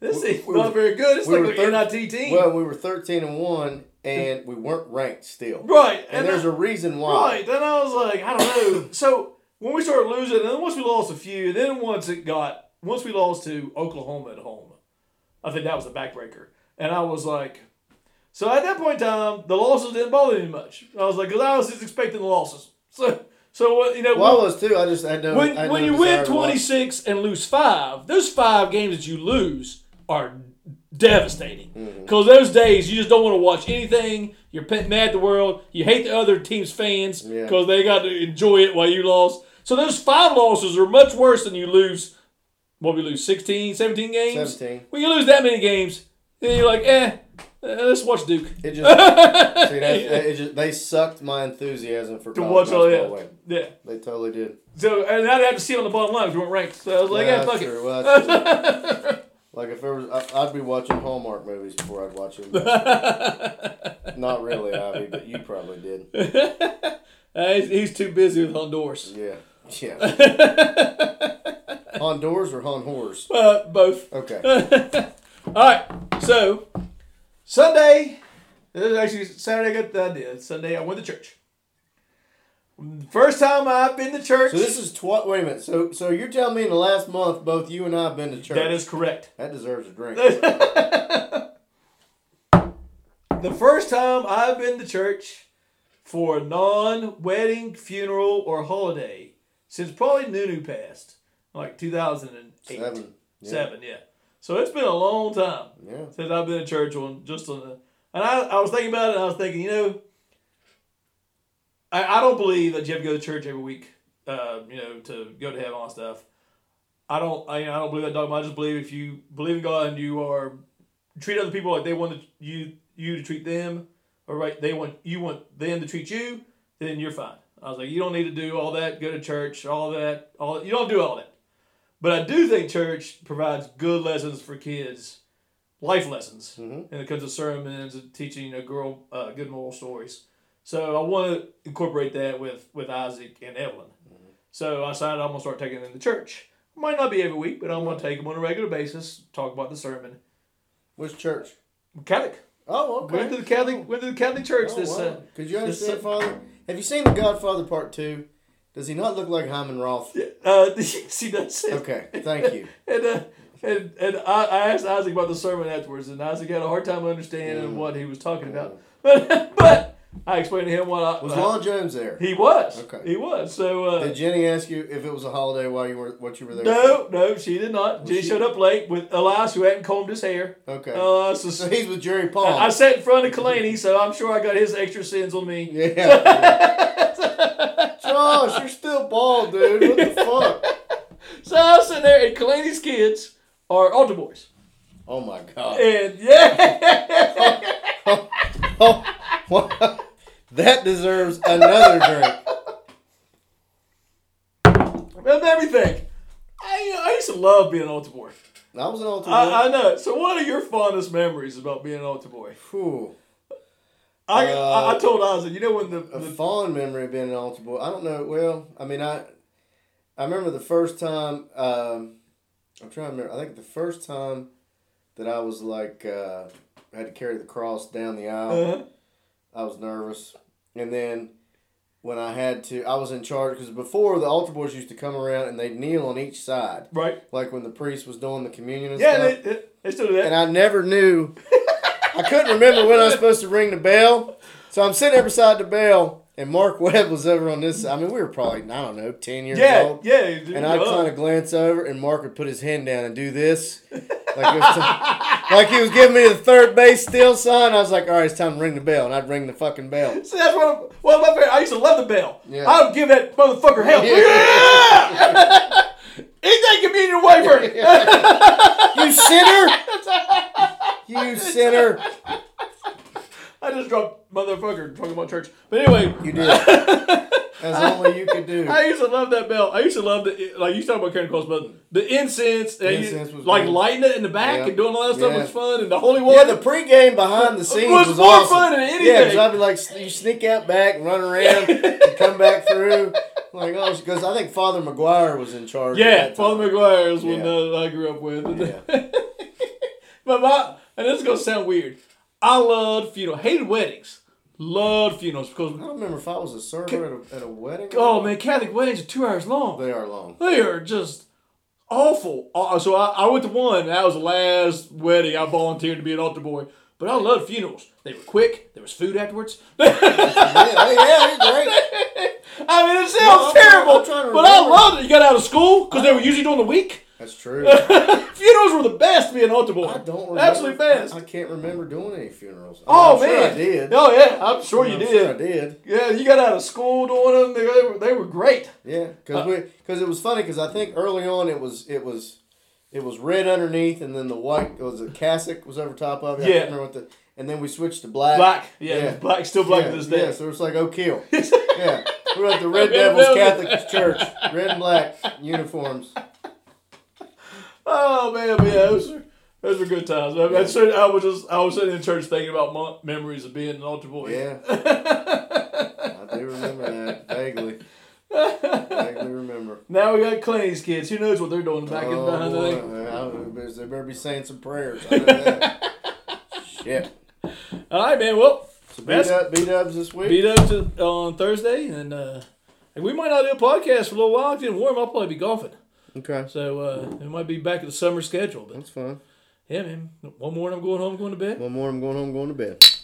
B: this team's
A: we
B: not
A: were-
B: very good it's
A: we were
B: like an
A: third-
B: NIT team
A: well, we were thirteen and one, and we weren't ranked still.
B: right
A: And, there's a reason why.
B: Right. Then I was like, I don't know. so when we started losing, and then once we lost a few, and then once it got, once we lost to Oklahoma at home, I think that was a backbreaker. And I was like, so at that point in time, the losses didn't bother me much. I was like, because I was just expecting the losses. So, So what you know?
A: Well, I was too. I just I had no.
C: When
A: I had
C: when
A: no
C: you win
A: desire to watch.
C: twenty six and lose five, those five games that you lose are devastating.
A: Mm-hmm.
C: Because those days you just don't want to watch anything. You're pet- mad at the world. You hate the other team's fans
A: Yeah.
C: because they got to enjoy it while you lost. So those five losses are much worse than you lose. What we lose 16, 17 games.
A: 17.
C: When you lose that many games, then you're like, eh, eh, let's watch Duke.
A: It just, see, that, it just they sucked my enthusiasm for
B: To
A: college
B: watch all
A: basketball
B: that.
A: away.
B: Yeah.
A: They totally did.
B: So and now they have to see it on the bottom line because we weren't ranked. So I was like,
A: Yeah,
B: yeah,
A: that's
B: fuck it.
A: true. Well, that's true. like if there was, I, I'd be watching Hallmark movies before I'd watch them. Not really, Ivy, but you probably did.
C: Uh, he's, he's too busy with Honduras.
A: Yeah, yeah. Honduras or Honduras?
C: Uh, both.
A: Okay.
C: All right. So
B: Sunday, this is actually Saturday. I got the idea. Sunday, I went to church. First time I've been to church.
A: So this is twi- Wait a minute. So so you're telling me in the last month both you and I have been to church?
B: that is correct.
A: That deserves a drink.
B: The first time I've been to church for a non-wedding, funeral, or holiday since probably Nunu passed, like 2008.
A: Seven. Yeah.
B: Seven, yeah. So it's been a long time
A: Yeah.
B: since I've been to church on just on the. And I, I was thinking about it, and I was thinking, you know, I, I don't believe that you have to go to church every week, uh, you know, to go to heaven and stuff. I don't, I, I don't believe that dogma. I just believe if you believe in God and you are treat other people like they want you you to treat them, or right they want you want them to treat you, then you're fine. I was like, you don't need to do all that. Go to church, all that, all you don't do all that. But I do think church provides good lessons for kids, life lessons,
A: Mhm.
B: and it comes to sermons and teaching a girl uh, good moral stories. So I want to incorporate that with with Isaac and Evelyn.
A: Mm-hmm.
B: So I decided I'm gonna start taking them to church. Might not be every week, but I'm gonna
A: Mm-hmm.
B: take them on a regular basis. Talk about the sermon.
A: Which church?
B: Catholic.
A: Oh, okay.
B: Went to the Catholic. Went to the Catholic Church
A: Oh,
B: this.
A: wow.
B: Uh,
A: Could you
B: this,
A: understand,
B: uh,
A: Father? Have you seen The Godfather Part Two? Does he not look like Hyman Roth?
B: uh, yes, he does.
A: Okay, thank you.
B: And uh, and and I, I asked Isaac about the sermon afterwards, and Isaac had a hard time understanding
A: Mm.
B: what he was talking about. But but I explained to him what I
A: Was
B: uh,
A: Lon Jones there?
B: He was.
A: Okay.
B: He was. So. Uh,
A: Did Jenny ask you if it was a holiday while you were what you were there?
B: no, no, she did not. She,
A: she-
B: showed up late with Elias, who hadn't combed his hair.
A: Okay.
B: Uh, so,
A: So he's with Jerry Paul.
B: I, I sat in front of Kalani, so I'm sure I got his extra sins on me.
A: yeah. Josh, you're still bald, dude. What the fuck?
B: So I was sitting there, and Kalani's kids are altar boys.
A: Oh my god.
B: And yeah,
A: What? that deserves another drink.
B: of everything. I, you know, I used to love being an altar boy.
A: I was an altar boy.
B: I, I know. So, what are your fondest memories about being an altar boy?
A: Phew.
B: I,
A: Uh,
B: I, I told Isaac, you know when the,
A: a
B: the
A: fond memory of being an altar boy. I don't know. Well, I mean, I I remember the first time. Um, I'm trying to remember. I think the first time that I was like uh, had to carry the cross down the aisle.
B: uh,
A: I was nervous, and then when I had to, I was in charge because before the altar boys used to come around and they'd kneel on each side,
B: right?
A: like when the priest was doing the communion. And
B: Yeah,
A: stuff
B: they, they, they still do that.
A: and I never knew. I couldn't remember when I was supposed to ring the bell. So I'm sitting there beside the bell, and Mark Webb was over on this. I mean, we were probably, I don't know, 10 years
B: yeah,
A: old.
B: yeah.
A: And I'd kind of glance over, and Mark would put his hand down and do this. Like, it was t- like he was giving me the third base steal sign. I was like, all right, it's time to ring the bell. And I'd ring the fucking bell.
B: See, that's one of, one of my favorite. I used to love the bell.
A: Yeah.
B: I would give that motherfucker hell.
A: Yeah.
B: Yeah! Eat that communion wafer.
A: You sinner! You sinner!
B: I just dropped motherfucker talking about church. But anyway,
A: You did. As only you could do.
B: I used to love that bell. I used to love the like you talk about carrying cross, but the incense, and you-
A: Incense was
B: like
A: good.
B: lighting it in the back
A: Yeah.
B: and doing all that stuff
A: Yeah.
B: was fun, and the holy
A: Yeah,
B: water.
A: the pregame behind the scenes
B: was
A: was,
B: more
A: awesome.
B: fun than anything.
A: Yeah, 'cause I'd be like, you sneak out back, run around, and come back through. Like, oh, because I think Father McGuire was in charge. at
B: yeah,
A: that
B: Father
A: time.
B: McGuire is one
A: Yeah.
B: that I grew up with.
A: Yeah.
B: But my and this is gonna sound weird. I loved funeral, hated weddings, loved funerals because
A: I don't remember if I was a server at a, at a wedding.
B: oh man, Catholic weddings are two hours long.
A: they are long.
B: They are just awful. Uh, So I, I went to one. That was the last wedding I volunteered to be an altar boy. But I loved funerals. They were quick. There was food afterwards. I mean,
A: Yeah, yeah, they're great.
B: it sounds But I loved it. You got out of school because they were usually doing the week.
A: That's true.
B: Funerals were the best being altar boy.
A: I don't remember.
B: Absolutely best.
A: I, I can't remember doing any funerals.
B: oh
A: I'm
B: man,
A: Sure I did.
B: Oh yeah, I'm sure
A: I'm
B: you
A: sure
B: did.
A: I did.
B: Yeah, you got out of school doing them. They, they, were, they were great.
A: Yeah,
B: Uh,
A: because we because it was funny because I think early on it was it was it was red underneath and then the white was a cassock was over top of it. I
B: Yeah.
A: can't remember what the and then we switched to black.
B: Black, yeah,
A: Yeah.
B: black, still black
A: Yeah,
B: to this
A: yeah,
B: day.
A: so it's like O'Kill. yeah, we were at the Red
B: Red
A: Devils
B: Devils.
A: Catholic Church, red and black uniforms.
B: Oh man, but yeah, those were, those were good times. I, I, said- I was just I was sitting in church thinking about my memories of being an altar boy.
A: Yeah, I do remember that vaguely. Vaguely remember.
B: Now we got Clay's kids. Who knows what they're doing back in
A: Oh,
B: behind the thing?
A: boy, I don't know. they better be saying some prayers. I know that. Shit.
B: All right, man. Well,
A: So beat
B: That's-
A: up, beat ups this week.
B: beat up to, on Thursday, and uh, and we might not do a podcast for a little while. If it didn't warm, I'll probably be golfing.
A: Okay,
B: So uh, it might be back at the summer schedule. But
A: that's fine.
B: yeah, man. One morning, I'm going home, going to bed.
A: One more, I'm going home, going to bed.